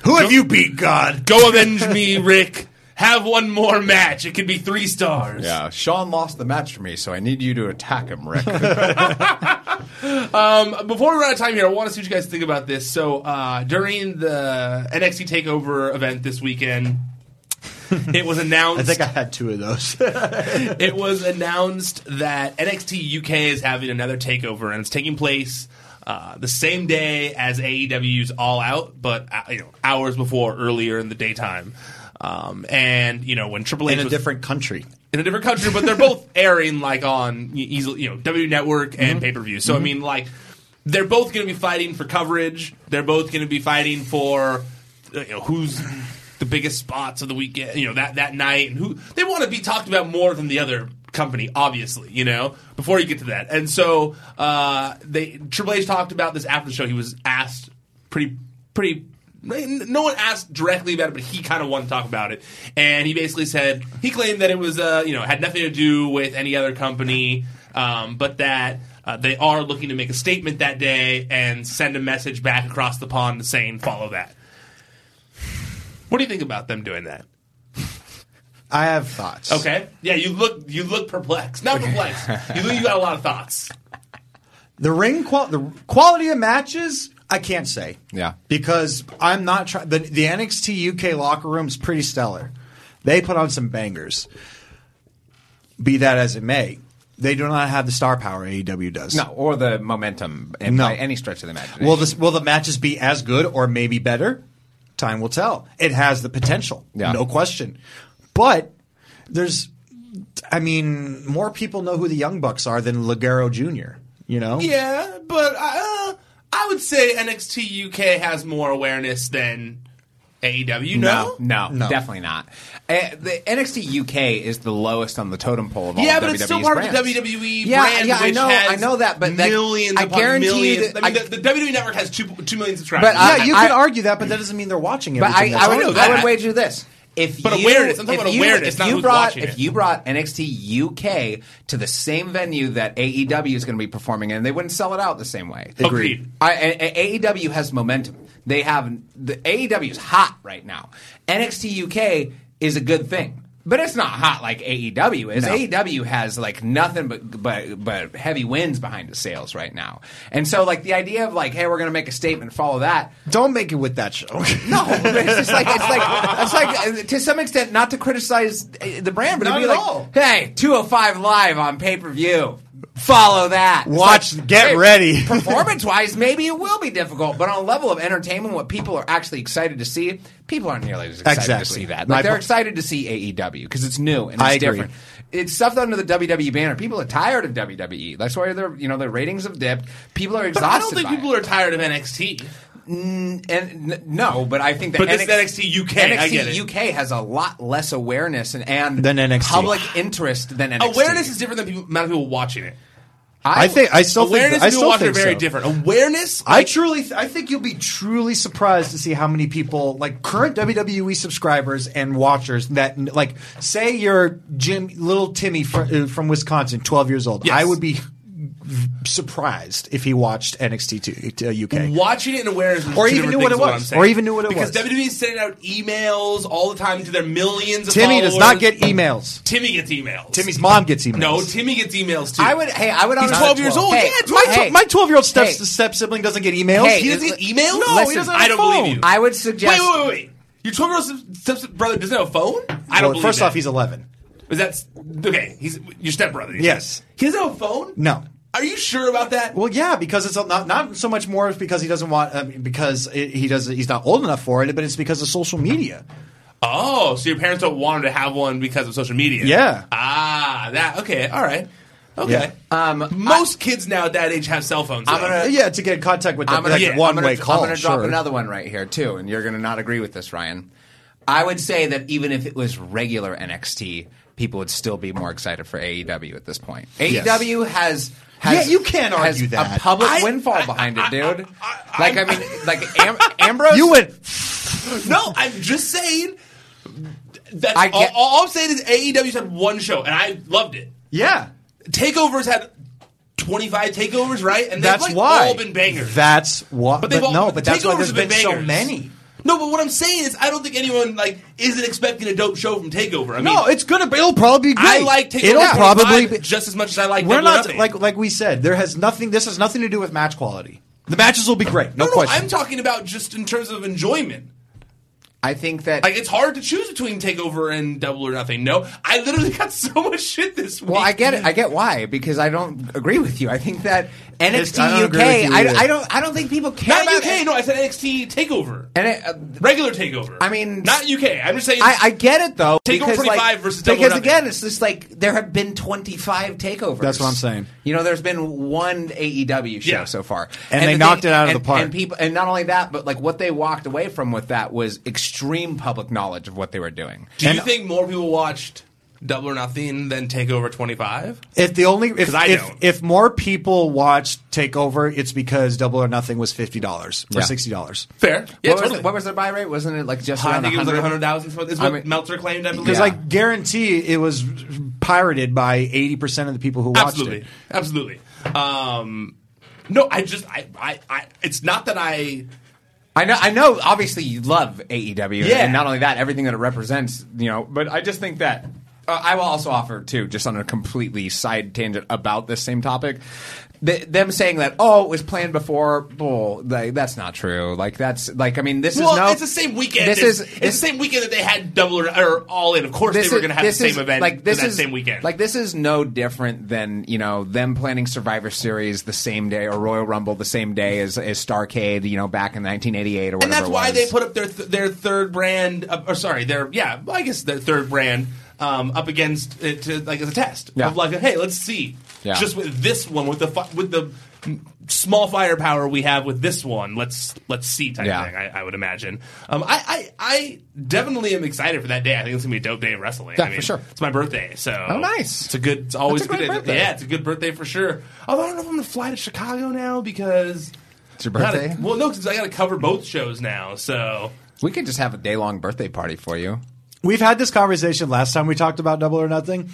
Who have you beat, God? Go avenge me, Rick. Have one more match. It could be three stars. Yeah, Sean lost the match for me, so I need you to attack him, Rick. Um, before we run out of time here, I want to see what you guys think about this. So uh, during the NXT Takeover event this weekend, it was announced. I think I had two of those. it was announced that NXT UK is having another takeover, and it's taking place uh, the same day as AEW's All Out, but uh, you know hours before, earlier in the daytime. Um, and you know when Triple H in a was different country. in a different country, but they're both airing like on y- easily, you know, W Network and pay per view. So I mean, like, they're both going to be fighting for coverage. They're both going to be fighting for uh, you know, who's the biggest spots of the weekend, you know, that that night, and who they want to be talked about more than the other company, obviously, you know. Before you get to that, and so uh, they Triple H talked about this after the show. He was asked pretty pretty no one asked directly about it, but he kind of wanted to talk about it. And he basically said he claimed that it was uh, you know had nothing to do with any other company, um, but that uh, they are looking to make a statement that day and send a message back across the pond saying follow that. What do you think about them doing that? I have thoughts. Okay, yeah, you look you look perplexed, not perplexed. you look, you got a lot of thoughts. The ring qual- the quality of matches, I can't say. Yeah. Because I'm not trying. The, the NXT UK locker room is pretty stellar. They put on some bangers. Be that as it may, they do not have the star power AEW does. no, or the momentum, and No. by any stretch of the imagination. Will this will the matches be as good or maybe better? Time will tell. It has the potential, Yeah. no question. But there's, I mean, more people know who the Young Bucks are than Ligero Jr. You know, Yeah, but uh, I would say NXT UK has more awareness than AEW. No, No, definitely not. Uh, the NXT UK is the lowest on the totem pole of all Yeah, WWE's but it's still part brands. of the WWE yeah, brand. Yeah, which I know, has I know that, but that, millions I upon guarantee millions. you that I mean, I- the, the WWE network has two two million subscribers. But I- yeah, you I- could argue that, but that doesn't mean they're watching But I, everything. I that's on would, there. I would wager this. If But you, awareness, I'm talking if about you- awareness, If not you who's brought, watching if it. you brought NXT UK to the same venue that AEW is going to be performing in, they wouldn't sell it out the same way. Agreed. I, A- A- AEW has momentum. They have the AEW is hot right now. NXT UK is a good thing, but it's not hot like AEW is. AEW has like nothing but but but heavy winds behind the sails right now, and so like the idea of like, hey, we're going to make a statement, follow that. Don't make it with that show. No, but it's just like it's like it's like uh, to some extent not to criticize uh, the brand, but Not it'd be at like, all. hey, two hundred five live on pay per view. Follow that. It's Watch- get ready. performance wise, maybe it will be difficult, but on a level of entertainment, what people are actually excited to see, people aren't nearly as excited to Exactly. see that. My Like they're po- excited to see AEW because it's new and it's I agree. different. It's stuff under the WWE banner. People are tired of E. WWE. That's why their you know their ratings have dipped. People are but exhausted. I don't think by it. people are tired of NXT. and n- no, but I think that But this NXT, NXT UK, NXT I get it. UK has a lot less awareness and, and Than NXT. public interest than NXT. Awareness is different than people, amount of people watching it. I think I still Awareness think I and people still watching think it are very so. different. Awareness, I truly, th- I think you'll be truly surprised to see how many people, like current WWE subscribers and watchers, that like say you're Jim, little Timmy from, uh, from Wisconsin, 12 years old. Yes. I would be surprised if he watched NXT to, to UK. watching it and awareness, is Or two even different knew what things it is was. I'm saying. Or even knew what it because was. WWE is sending out emails all the time to their millions. of Timmy does not followers. get emails. Timmy gets emails. Timmy's mom gets emails. no. Timmy gets emails too. I would. Hey, I would. He's honestly- 12 years old. Hey, Yeah, my, hey, tw- my 12 year old step, hey. step sibling doesn't get emails. Hey, he doesn't it- get emails? emails? No, listen, he doesn't have I a don't phone. believe you. I would suggest. Wait, wait, wait, wait. Your 12 year old brother doesn't have a phone? I don't Well, believe first that. off, he's 11. Is that okay? He's your stepbrother. you Yes. said. He doesn't have a phone. No. Are you sure about that? Well, yeah, because it's not not so much more because he doesn't want I mean, because it, he does he's not old enough for it, but it's because of social media. oh, so your parents don't want him to have one because of social media? Yeah. Ah, that okay. All right. Okay. Yeah. Um, most kids now at that age have cell phones. I'm though. gonna- yeah, to get in contact with the, I'm gonna, yeah, one I'm gonna, way call. I'm gonna drop sure. another one right here too, and you're gonna not agree with this, Ryan. I would say that even if it was regular NXT, people would still be more excited for AEW at this point. AEW has. Has, Yeah, you can't has argue that. a public I- windfall behind it, dude. like I mean, like Am- Ambrose. You went no, I'm just saying. That's I get- all, all I'm saying is AEW's had one show and I loved it. yeah. Takeovers had 25 takeovers, right? And they've That's like why all been bangers. That's why. But, they've all- no, but that's why takeovers there's have been, so bangers. many. No, but what I'm saying is, I don't think anyone like isn't expecting a dope show from Takeover. I mean, no, it's gonna. be It'll probably be great. I like Takeover. It'll probably be, just as much as I like. We're Double not Nothing. like like we said. There has nothing. This has nothing to do with match quality. The matches will be great. No, no, no. question. I'm talking about just in terms of enjoyment. I think that Like it's hard to choose between Takeover and Double or Nothing. No, I literally got so much shit this week. Well, I get it. I get why because I don't agree with you. I think that NXT I don't UK. agree with you I, either. I don't. I don't think people care Not about UK. No, I said NXT Takeover. And it, uh, Regular Takeover. I mean- not UK. I'm just saying. I, I get it though. Takeover because, 25 like, versus Double or because Nothing. again, it's just like there have been 25 takeovers. That's what I'm saying. You know, there's been one AEW show Yeah. so far, And they the knocked it out of and- the park. And people, and not only that, but like what they walked away from with that was extreme public knowledge of what they were doing. do you and- think more people watched Double or Nothing than Takeover 25? If the only if 'Cause I if, don't. if more people watched Takeover, it's because Double or Nothing was fifty dollars or Yeah. sixty dollars. Fair. Yeah, what, totally. was, what was their buy rate? Wasn't it like just I around think it was like 100? 100,000. It's what I Melzer mean- Meltzer claimed, I believe. Because Yeah. I guarantee it was pirated by eighty percent of the people who watched absolutely, it. absolutely. Um, no, I just, I, I, I, it's not that I. I know, I know. Obviously, you love AEW, Yeah. and not only that, everything that it represents. You know, but I just think that uh, I will also offer too, just on a completely side tangent about this same topic. Th- them saying that oh, it was planned before. Bull, like, that's not true. Like that's like I mean, this Well, is no. it's the same weekend. This This is is- it's the same weekend that they had double or, or all in. Of course, they were is- going to have the this same is- event like this that is- same weekend. Like this is no different than you know them planning Survivor Series the same day or Royal Rumble the same day as, as Starcade. You know, back in 1988 or whatever. and that's it why they was. put up their th- their third brand, uh, or sorry, their yeah, well, I guess their third brand um, up against it to, like as a test Yeah. of like, hey, let's see, Yeah. just with this one with the fu- with the mm, small firepower we have with this one, let's let's see type Yeah. thing. I, I would imagine. Um, I, I I definitely am excited for that day. I think it's gonna be a dope day of wrestling. Yeah, I mean, for sure. It's my birthday, so Oh, nice. It's a good. It's always That's a a, good great day. birthday. Yeah, it's a good birthday for sure. Although I don't know if I'm gonna fly to Chicago now because. It's your I gotta- birthday? well, no, because I got to cover both shows now. So We could just have a day long birthday party for you. We've had this conversation last time we talked about Double or Nothing.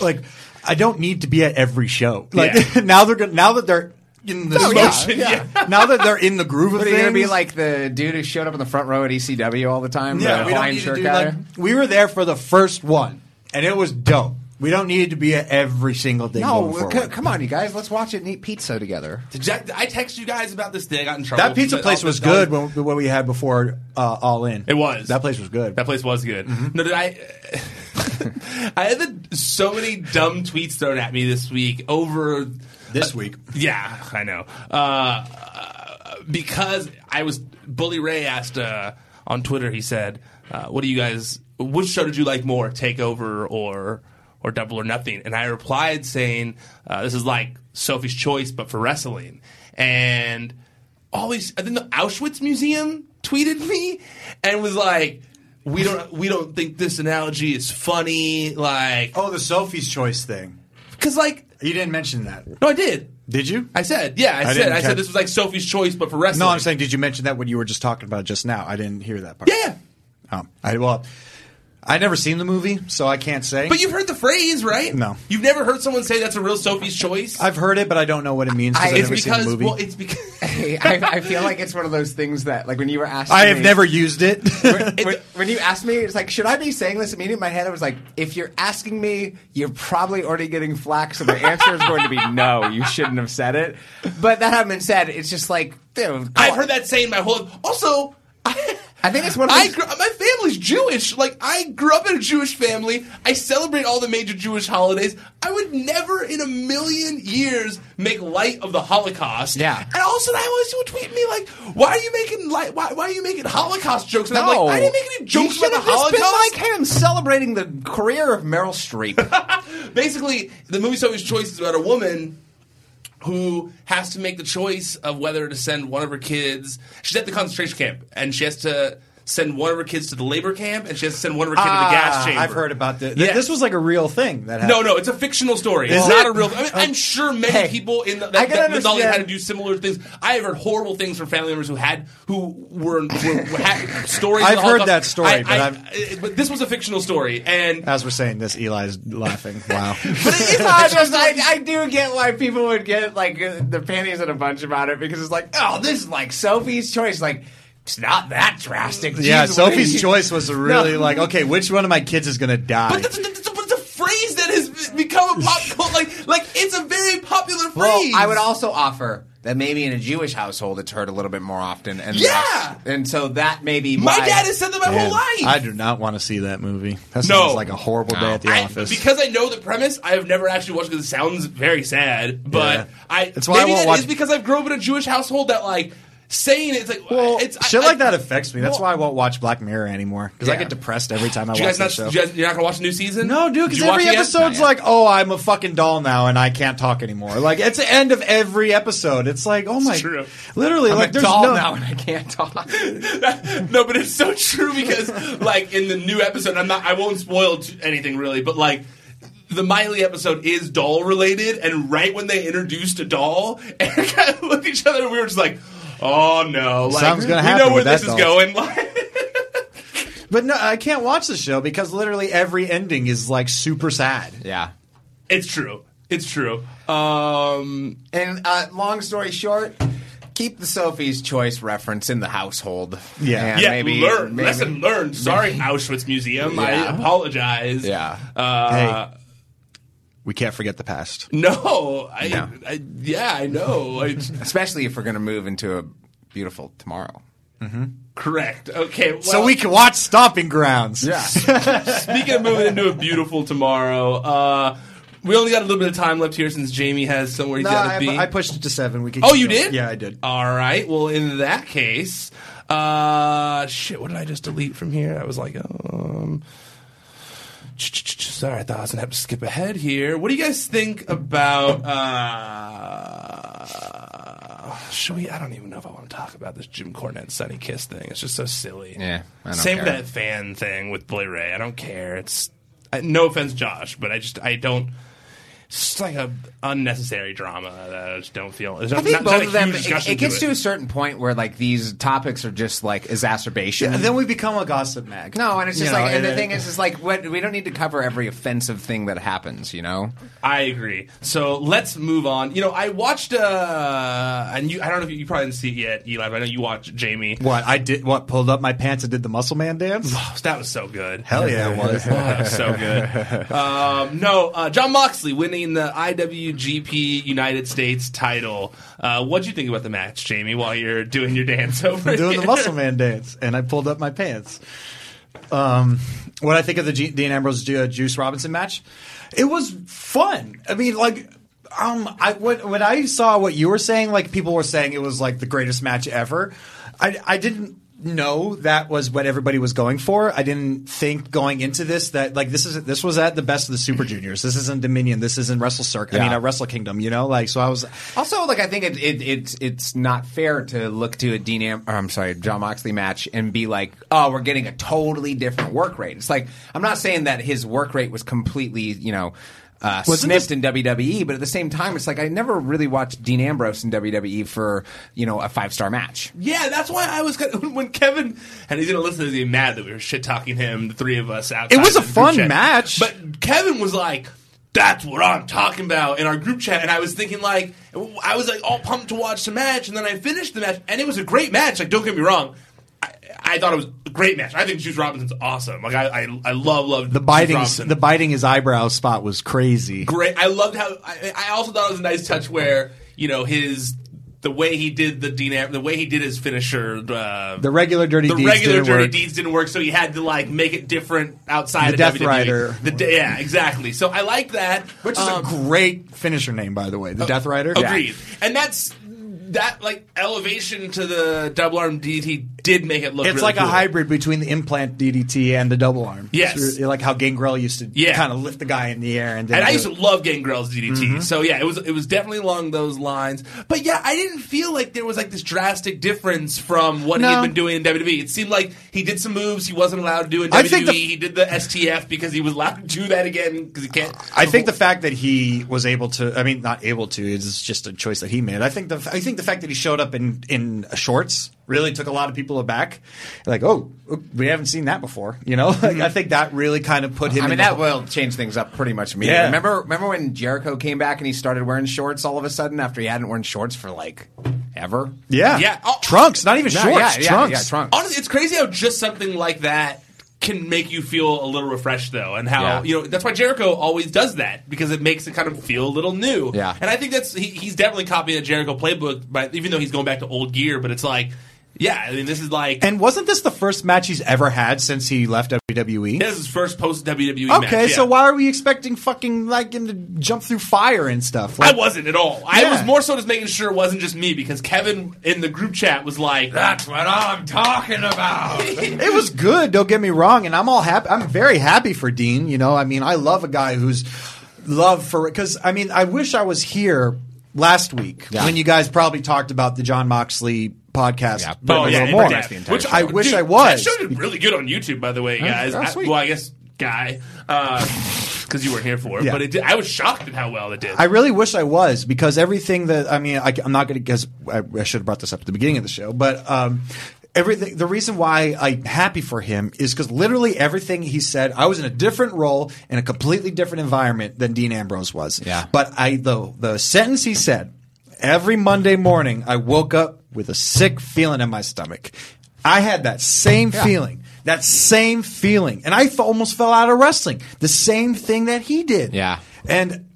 Like, I don't need to be at every show. Like Yeah. Oh, now they're gonna, now that they're in the yeah, motion, yeah. now that they're in the groove of But are things. you gonna be like the dude who showed up in the front row at ECW all the time? Yeah, the we don't Hawaiian need to shirt do guy? like, we were there for the first one, and it was dope. We don't need to be at every single thing. No, going c- forward. come on, you guys, let's watch it and eat pizza together. did Jack, I text you guys about this day. I got in trouble. That pizza But place I'll- was I'll- good when, when we had before uh, All In. It was. That place was good. That place was good. Mm-hmm. No, did I? I had the, so many dumb tweets thrown at me this week over. This week. Yeah, I know. Uh, because I was Bully Ray asked uh, on Twitter. He said, uh, "What do you guys? Which show did you like more, Takeover or or Double or Nothing?" And I replied saying, uh, "This is like Sophie's Choice, but for wrestling." And all these. And then the Auschwitz Museum tweeted me and was like, "We don't, we don't think this analogy is funny." Like, Oh, the Sophie's Choice thing. because like, You didn't mention that, no, I did. did you? I said, yeah, I, I said, didn't I catch- said this was like Sophie's Choice, but for wrestling. no, I'm saying, did you mention that when you were just talking about it just now? I didn't hear that part. yeah, yeah. Oh, I well, I never seen the movie, so I can't say. But you've heard the phrase, right? No. you've never heard someone say that's a real Sophie's Choice. I've heard it, but I don't know what it means because I- it's I've never seen because, the movie. well, it's because. I, I feel like it's one of those things that, like, when you were asking, I have me- never used it. when, when- when you asked me, it's like, should I be saying this? Immediately in my head, I was like, if you're asking me, you're probably already getting flack, so my answer is going to be no. You shouldn't have said it. But that having been said, it's just like, dude, I've heard that saying my whole. Also, I, I think it's one of I those- grew, my family's Jewish. Like I grew up in a Jewish family. I celebrate all the major Jewish holidays. I would never, in a million years, make light of the Holocaust. Yeah. And also, I always would tweet me like, "Why are you making light? Why, why are you making Holocaust jokes?" And I'm like, "I didn't make any jokes you about the should have Holocaust." Just been like him celebrating the career of Meryl Streep. basically, the movie Sophie's Choice is about a woman who has to make the choice of whether to send one of her kids. She's at the concentration camp, and she has to send one of her kids to the labor camp, and she has to send one of her kids to the gas chamber. Ah, I've heard about this. Yeah. This was like a real thing that No, happened. no, it's a fictional story. It's Is not it? a real. I mean, I'm sure many Hey, people in the, I that, can that mythology had to understand. do similar things. I have heard horrible things from family members who had who were, were had stories. of I've the heard Holocaust. that story, I- but I- I've- but this was a fictional story, and As we're saying this, Eli's laughing. Wow. but it is I, just, I, I do get why people would get like uh, their panties in a bunch about it because it's like, oh, this is like Sophie's choice. Like, it's not that drastic. yeah, Jeez Sophie's Louise. choice was really No. like, okay, which one of my kids is going to die? But that's, that's, that's, that's a phrase that has become a pop culture. Like, like it's a very popular phrase. Well, I would also offer that maybe in a Jewish household it's heard a little bit more often, and Yeah! less- and so that may be My why- dad has said that my Man, whole life. I do not want to see that movie. That No. sounds like a horrible day at the I- office. because I know the premise, I have never actually watched because it sounds very sad. But Yeah. I That's why I maybe won't that watch- is because I've grown up in a Jewish household that like saying it's like well, it's I- shit I- like that affects me. That's Well- why I won't watch Black Mirror anymore because I Yeah. get depressed every time I Do you watch guys the not? show. do You guys, you're not gonna watch the new season? No, dude, Did because you watch every it yet? episode's like, oh, I'm a fucking doll now and I can't talk anymore. Like, it's the end of every episode. It's like, oh my. true. Literally, I'm like, a there's doll no. Oh, now and I can't talk. no, but it's so true because like in the new episode, I'm not. I won't spoil t- anything really, but like. The Miley episode is doll related, and right when they introduced a doll, Eric and I looked at each other, and we were just like, "Oh no!" Like, Something's gonna we happen know where with this is that doll. going. Like, But no, I can't watch the show because literally every ending is like super sad. yeah. it's true. It's true. Uh, Um, And uh, long story short, keep the Sophie's choice reference in the household. Yeah. And yeah, maybe- learn maybe- lesson learned. Sorry, Auschwitz Museum. I Yeah. apologize. Yeah. Uh, Hey, we can't forget the past. No, I, No. I, yeah, I know. It's Especially if we're going to move into a beautiful tomorrow. correct. Okay, well, so we can watch Stomping Grounds. Yeah. Speaking of moving into a beautiful tomorrow, uh, we only got a little bit of time left here since Jamie has somewhere he's No, got to I, be. I pushed it to seven. We could oh, keep you going. did? Yeah, I did. All right. Well, in that case, uh, shit. What did I just delete from here? I was like, um. Sorry, I thought I was gonna have to skip ahead here. What do you guys think about? Uh, should we? I don't even know if I want to talk about this Jim Cornette Sunny Kiss thing. It's just so silly. Yeah, I don't Same for care. that fan thing with Billy Ray. I don't care. It's I, no offense, Josh, but I just I don't. It's just like a unnecessary drama that I just don't feel. There's I not, think not- not both a of them, huge it, discussion it gets to, to a certain point where like these topics are just like exacerbation. And then we become a gossip mag. no, and it's just You know, like, and the thing is, is like, what, we don't need to cover every offensive thing that happens, you know? I agree. So let's move on. You know, I watched uh, and you I don't know if you, you probably didn't see it yet, Eli. But I know you watched Jamie. Oh, What I did? What pulled up my pants and did the muscle man dance? That was so good. Hell yeah, it was. Oh, that was so good. Um, no, uh, John Moxley winning the IWGP United States title. Uh, what'd you think about the match, Jamie? While you're doing your dance over, doing here? the muscle man dance, and I pulled up my pants. Um, what I think of the G- Dean Ambrose Ju- Juice Robinson match, it was fun. I mean, like, um, I when, when I saw what you were saying, like people were saying it was like the greatest match ever. I I didn't no, that was what everybody was going for. I didn't think going into this that like this is this was at the best of the Super Juniors. This isn't Dominion. This isn't Wrestle Circuit. I mean, Yeah. uh, Wrestle Kingdom. You know, like so I was. Also, like I think it, it it's it's not fair to look to a Dean Am- or I'm sorry, John Moxley match and be like, oh, we're getting a totally different work rate. It's like I'm not saying that his work rate was completely, you know. Uh, Wasn't sniffed in this- WWE, but at the same time, it's like I never really watched Dean Ambrose in WWE for you know a five star match. Yeah, that's why I was kind of, when Kevin and he's gonna listen to be mad that we were shit talking him, the three of us outside. was the a group fun chat. match. but Kevin was like, "That's what I'm talking about" in our group chat, and I was thinking like, I was like all pumped to watch the match, and then I finished the match, and it was a great match. Like, don't get me wrong. I, I thought it was a great match. I think Juice Robinson's awesome. Like I, I, I love, love The biting, the biting his eyebrow spot was crazy. great. I loved how. I, I also thought it was a nice touch where you know his the way he did the Dean Am- the way he did his finisher. Uh, The regular dirty the deeds regular didn't dirty work. deeds didn't work, so he had to like make it different outside The of Death WWE. Rider. The de- yeah, exactly. So I like that. Which is Um, Oh, a great finisher name, by the way. The Death Rider. Agreed. And that's that like elevation to the double arm DDT did make it look. It's really like a cool. hybrid between the implant DDT and the double arm. Yes. It's really like how Gangrel used to Yeah. kind of lift the guy in the air and then And I do used it. to love Gangrel's DDT. Mm-hmm. So yeah, it was it was definitely along those lines. But yeah, I didn't feel like there was like this drastic difference from what he had No. been doing in WWE. It seemed like he did some moves he wasn't allowed to do in I WWE. think the- he did the STF because he was allowed to do that again because he can't. I think the fact that he was able to, I mean, not able to, is just a choice that he made. I think the, I think the fact that he showed up in, in shorts really took a lot of people aback. Like, oh, we haven't seen that before, you know? Like, Mm-hmm. I think that really kind of put him I in mean, the- that will change things up pretty much immediately. Yeah. Remember, remember when Jericho came back and he started wearing shorts all of a sudden after he hadn't worn shorts for like ever? Yeah. Yeah. Oh. Trunks, not even No, shorts. yeah, yeah, trunks. yeah, trunks. Honestly, it's crazy how just something like that can make you feel a little refreshed, though, and how Yeah. you know that's why Jericho always does that because it makes it kind of feel a little new. Yeah. and I think that's he, he's definitely copying the Jericho playbook, but even though he's going back to old gear, but it's like, yeah, I mean, this is like And wasn't this the first match he's ever had since he left WWE? this is his first post E WWE. Okay, so why are we expecting fucking like him to jump through fire and stuff? I Like, wasn't at all. I Yeah. was more so just making sure it wasn't just me because Kevin in the group chat was like, "That's what I'm talking about." It was good. Don't get me wrong, and I'm all happy. I'm very happy for Dean. You know, I mean, I love a guy who's love for because I mean, I wish I was here last week when you guys probably talked about the John Moxley podcast. Yeah. but Oh, a yeah, little it more. pretty much the entire which show. I wish Dude, I was. That show did really good on YouTube, by the way, guys. oh, I- sweet. well, I guess guy, because you weren't here for it. Yeah. But it did, I was shocked at how well it did. I really wish I was because everything that I mean, I, am not going to because I, I should have brought this up at the beginning of the show, but um, everything. The reason why I'm happy for him is because literally everything he said, I was in a different role in a completely different environment than Dean Ambrose was. Yeah. But I the the sentence he said every Monday morning, I woke up with a sick feeling in my stomach. I had that same feeling. That same feeling, and I f- almost fell out of wrestling. The same thing that he did. Yeah. And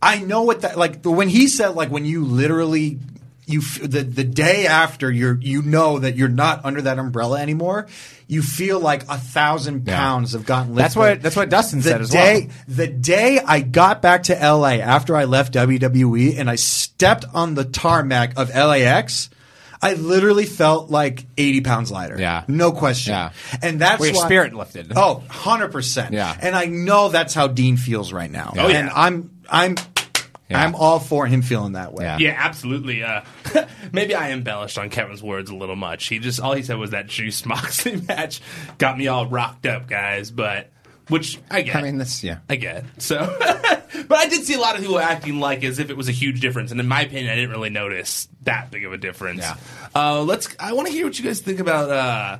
I know what that like when he said like when you literally you f- the the day after you're you know that you're not under that umbrella anymore. You feel like a thousand Yeah. pounds have gotten That's lifted. what- that's what Dustin the said as day, well. The day I got back to L.A. after I left WWE and I stepped on the tarmac of LAX. I literally felt like 80 pounds lighter. Yeah. No question. Yeah. And that's Well, your why- spirit lifted. Oh, 100%. Yeah. And I know that's how Dean feels right now. Oh, yeah. And I'm I'm Yeah. I'm all for him feeling that way. Yeah. yeah, absolutely. Uh, maybe I embellished on Kevin's words a little much. He just all he said was that Juice Moxley match got me all rocked up, guys. But which I get. I mean, that's yeah. I get. So, but I did see a lot of people acting like as if it was a huge difference, and in my opinion, I didn't really notice that big of a difference. Yeah. Uh, let's. I want to hear what you guys think about uh,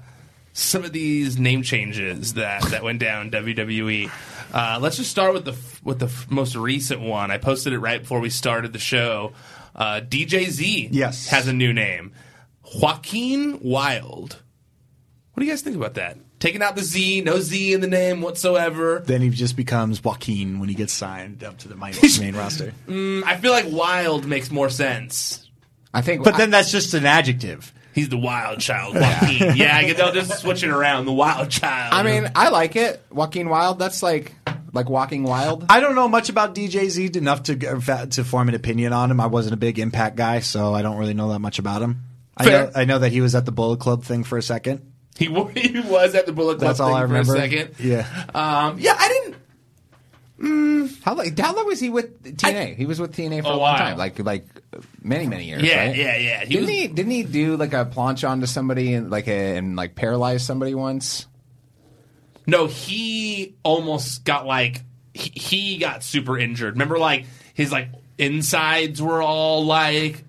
some of these name changes that that went down in WWE. Uh, let's just start with the f- with the f- most recent one. I posted it right before we started the show. Uh, DJ Z Yes. has a new name, Joaquin Wild. What do you guys think about that? Taking out the Z, no Z in the name whatsoever. Then he just becomes Joaquin when he gets signed up to the main, main roster. I feel like wild makes more sense. I think, But then that's just an adjective. He's the wild child, Joaquin. yeah, I could, they'll just switch it around. The wild child. I, I mean, I like it. Joaquin Wild. That's like like Walking Wild. I don't know much about DJ Z enough to uh, to form an opinion on him. I wasn't a big Impact guy, so I don't really know that much about him. I Fair. know, I know that he was at the Bullet Club thing for a second. He wa- he was at the Bullet Club That's all thing I remember. for a second. Yeah. Um, yeah, I didn't. How long? How long was he with TNA? he was with TNA for A a, while. long time, like like many many years. Yeah, right? yeah, yeah. He didn't was- he? Didn't he do like a planchon to somebody and like a, and like paralyze somebody once? No, he almost got like he, he got super injured. Remember, like his like insides were all like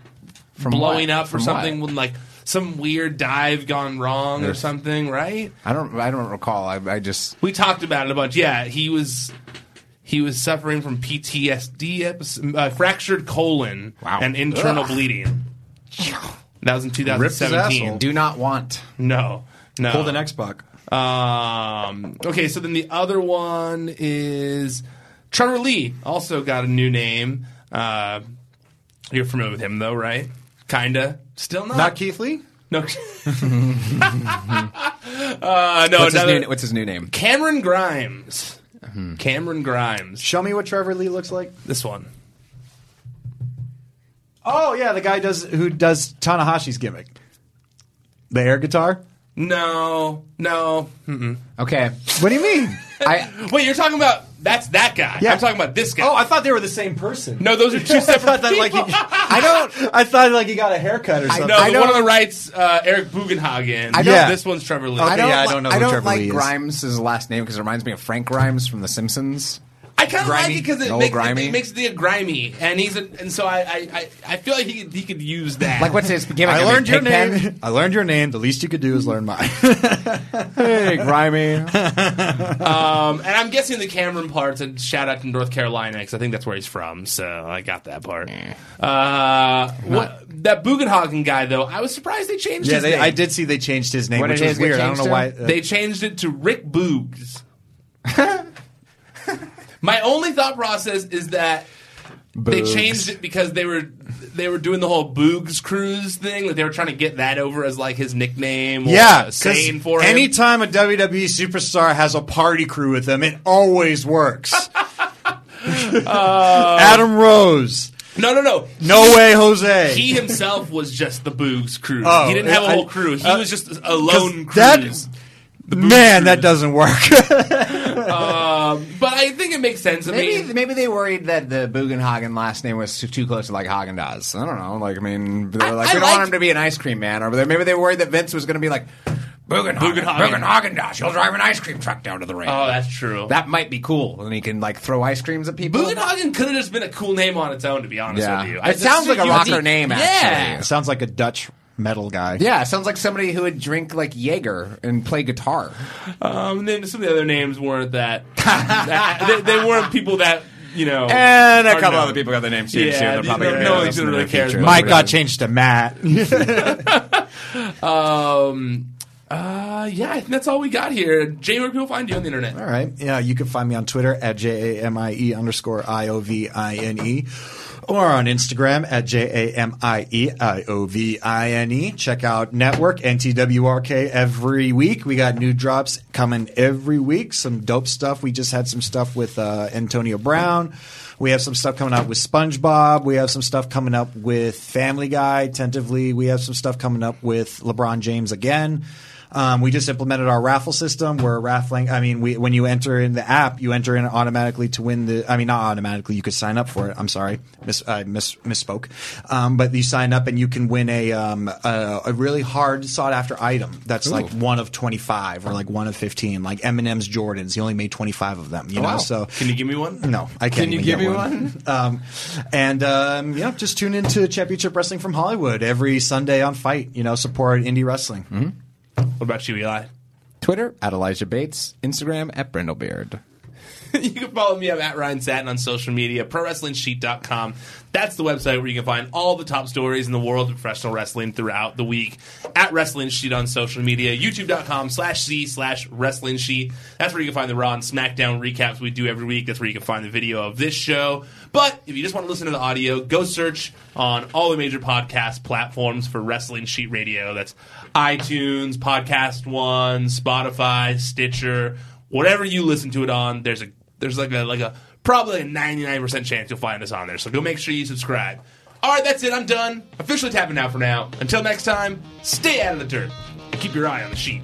blowing what? up or From something what? when like some weird dive gone wrong or something, right? I don't. I don't recall. I, I just. We talked about it a bunch. Yeah, he was he was suffering from PTSD, episode, uh, fractured colon, Wow. and internal Ugh. bleeding. That was in his 2017. asshole. Do not want. No, no. Hold an Xbox. Um, okay, so then the other one is Trevor Lee. Also got a new name. Uh, you're familiar with him though, right? Kinda. Still not. Not Keith Lee? no. uh, no. What's his, another- new, what's his new name? Cameron Grimes. Cameron Grimes. Show me what Trevor Lee looks like. This one. Oh yeah, the guy does who does Tanahashi's gimmick. The air guitar? No, no. Mm-mm. Okay. What do you mean? I Wait, you're talking about that's that guy. Yeah. I'm talking about this guy. oh, I thought they were the same person. no, those are two I separate thought that like he, people. I don't I thought like he got a haircut or something. No, I the one on don't- the right's uh, Eric Bugenhagen. I don't- This one's Trevor Lee. I Okay, don't. yeah, I li- don't know who I don't Trevor like Lee is. Grimes' last name because it reminds me of Frank Grimes from The Simpsons. I kind of like Grimy. it because it, Noel makes it, Grimy. makes the grimy, and he's a, and so I, I, I, I feel like he, could- he could use that. Like what's his gimmick? I mean, learned your Pigpen? name. I learned your name. The least you could do is learn mine. Hey, Grimy. Um, and I'm guessing the Cameron part's a shout out to North Carolina because I think that's where he's from. So I got that part. Eh. Uh, what that Bugenhagen guy though? I was surprised they changed. yeah, his they, name. I did see they changed his name, What which did his was get weird. I don't know changed why. to? uh, They changed it to Rick Boogs. My only thought process is that they changed it because they were they were doing the whole Boogs Cruise thing. Like they were trying to get that over as like his nickname. Or yeah, a saying for him. anytime a WWE superstar has a party crew with them, it always works. Adam Rose, no, no, no. No Way Jose. He himself was just the Boogs Cruise. Oh, he didn't have a I- whole crew. He uh, was just a 'Cause lone that- cruise. man, that doesn't work. But I think it makes sense. I mean, Maybe maybe they worried that the Bugenhagen last name was too, too close to like Hagen Dazs. I don't know. Like I mean, they were like, I we don't liked- want him to be an ice cream man over there. Maybe they worried that Vince was going to be like Bugenhagen, Bugenhagen. Bugenhagen Dazs. He'll drive an ice cream truck down to the ring. oh, that's true. that might be cool, and he can like throw ice creams at people. Bugenhagen could have just been a cool name on its own, to be honest Yeah. with you. It I just sounds think like a you- rocker name, Yeah. actually. Sounds like a Dutch metal guy. Yeah, it sounds like somebody who would drink like Jaeger and play guitar. Um, and then some of the other names weren't that. that- they, they weren't people that you know. And a are couple known. other people got their names changed Yeah, too. They're probably no- gonna no know one this in really the cares future. about Mike got changed to Matt. Um, uh, yeah, I think that's all we got here. Jamie, where can people find you on the internet? All right. Yeah, you can find me on Twitter at J A M I E underscore I O V I N E or on Instagram at J A M I E I O V I N E. Check out Network, NTWRK every week. We got new drops coming every week. Some dope stuff. We just had some stuff with uh, Antonio Brown. We have some stuff coming out with SpongeBob. We have some stuff coming up with Family Guy, tentatively. We have some stuff coming up with LeBron James again. Um, we just implemented our raffle system. We're raffling. I mean, we, when you enter in the app, you enter in automatically to win the. I mean, not automatically. You could sign up for it. I'm sorry, miss, I miss, misspoke. Um, but you sign up and you can win a um, a, a really hard sought after item. That's like one of 25 or like one of 15. Like M and M's Jordans. He only made 25 of them. You know, wow. so Can you give me one? no, I can't. Can you even give get me Um, and um, you know, just tune into Championship Wrestling from Hollywood every Sunday on Fight. You know, support indie wrestling. What about you, Eli? Twitter at Elijah Bates, Instagram at Brindlebeard. you can follow me. I'm at Ryan Satin on social media, prowrestlingsheet.com. That's the website where you can find all the top stories in the world of professional wrestling throughout the week. At Wrestling Sheet on social media, youtube.com slash C slash Wrestling Sheet. That's where you can find the Raw and SmackDown recaps we do every week. That's where you can find the video of this show. But if you just want to listen to the audio, go search on all the major podcast platforms for Wrestling Sheet Radio. That's iTunes, Podcast One, Spotify, Stitcher whatever you listen to it on, there's a there's like a like a probably a 99% chance you'll find us on there. So go make sure you subscribe. All right, that's it. I'm done. Officially tapping out for now. Until next time, stay out of the dirt and keep your eye on the sheep.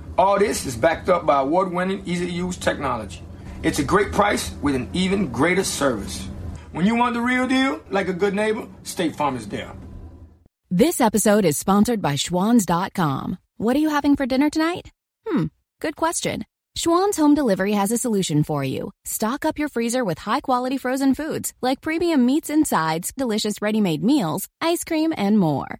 All this is backed up by award winning, easy to use technology. It's a great price with an even greater service. When you want the real deal, like a good neighbor, State Farm is there. This episode is sponsored by Schwans.com. What are you having for dinner tonight? Hmm, good question. Schwann's Home Delivery has a solution for you. Stock up your freezer with high quality frozen foods like premium meats and sides, delicious ready made meals, ice cream, and more.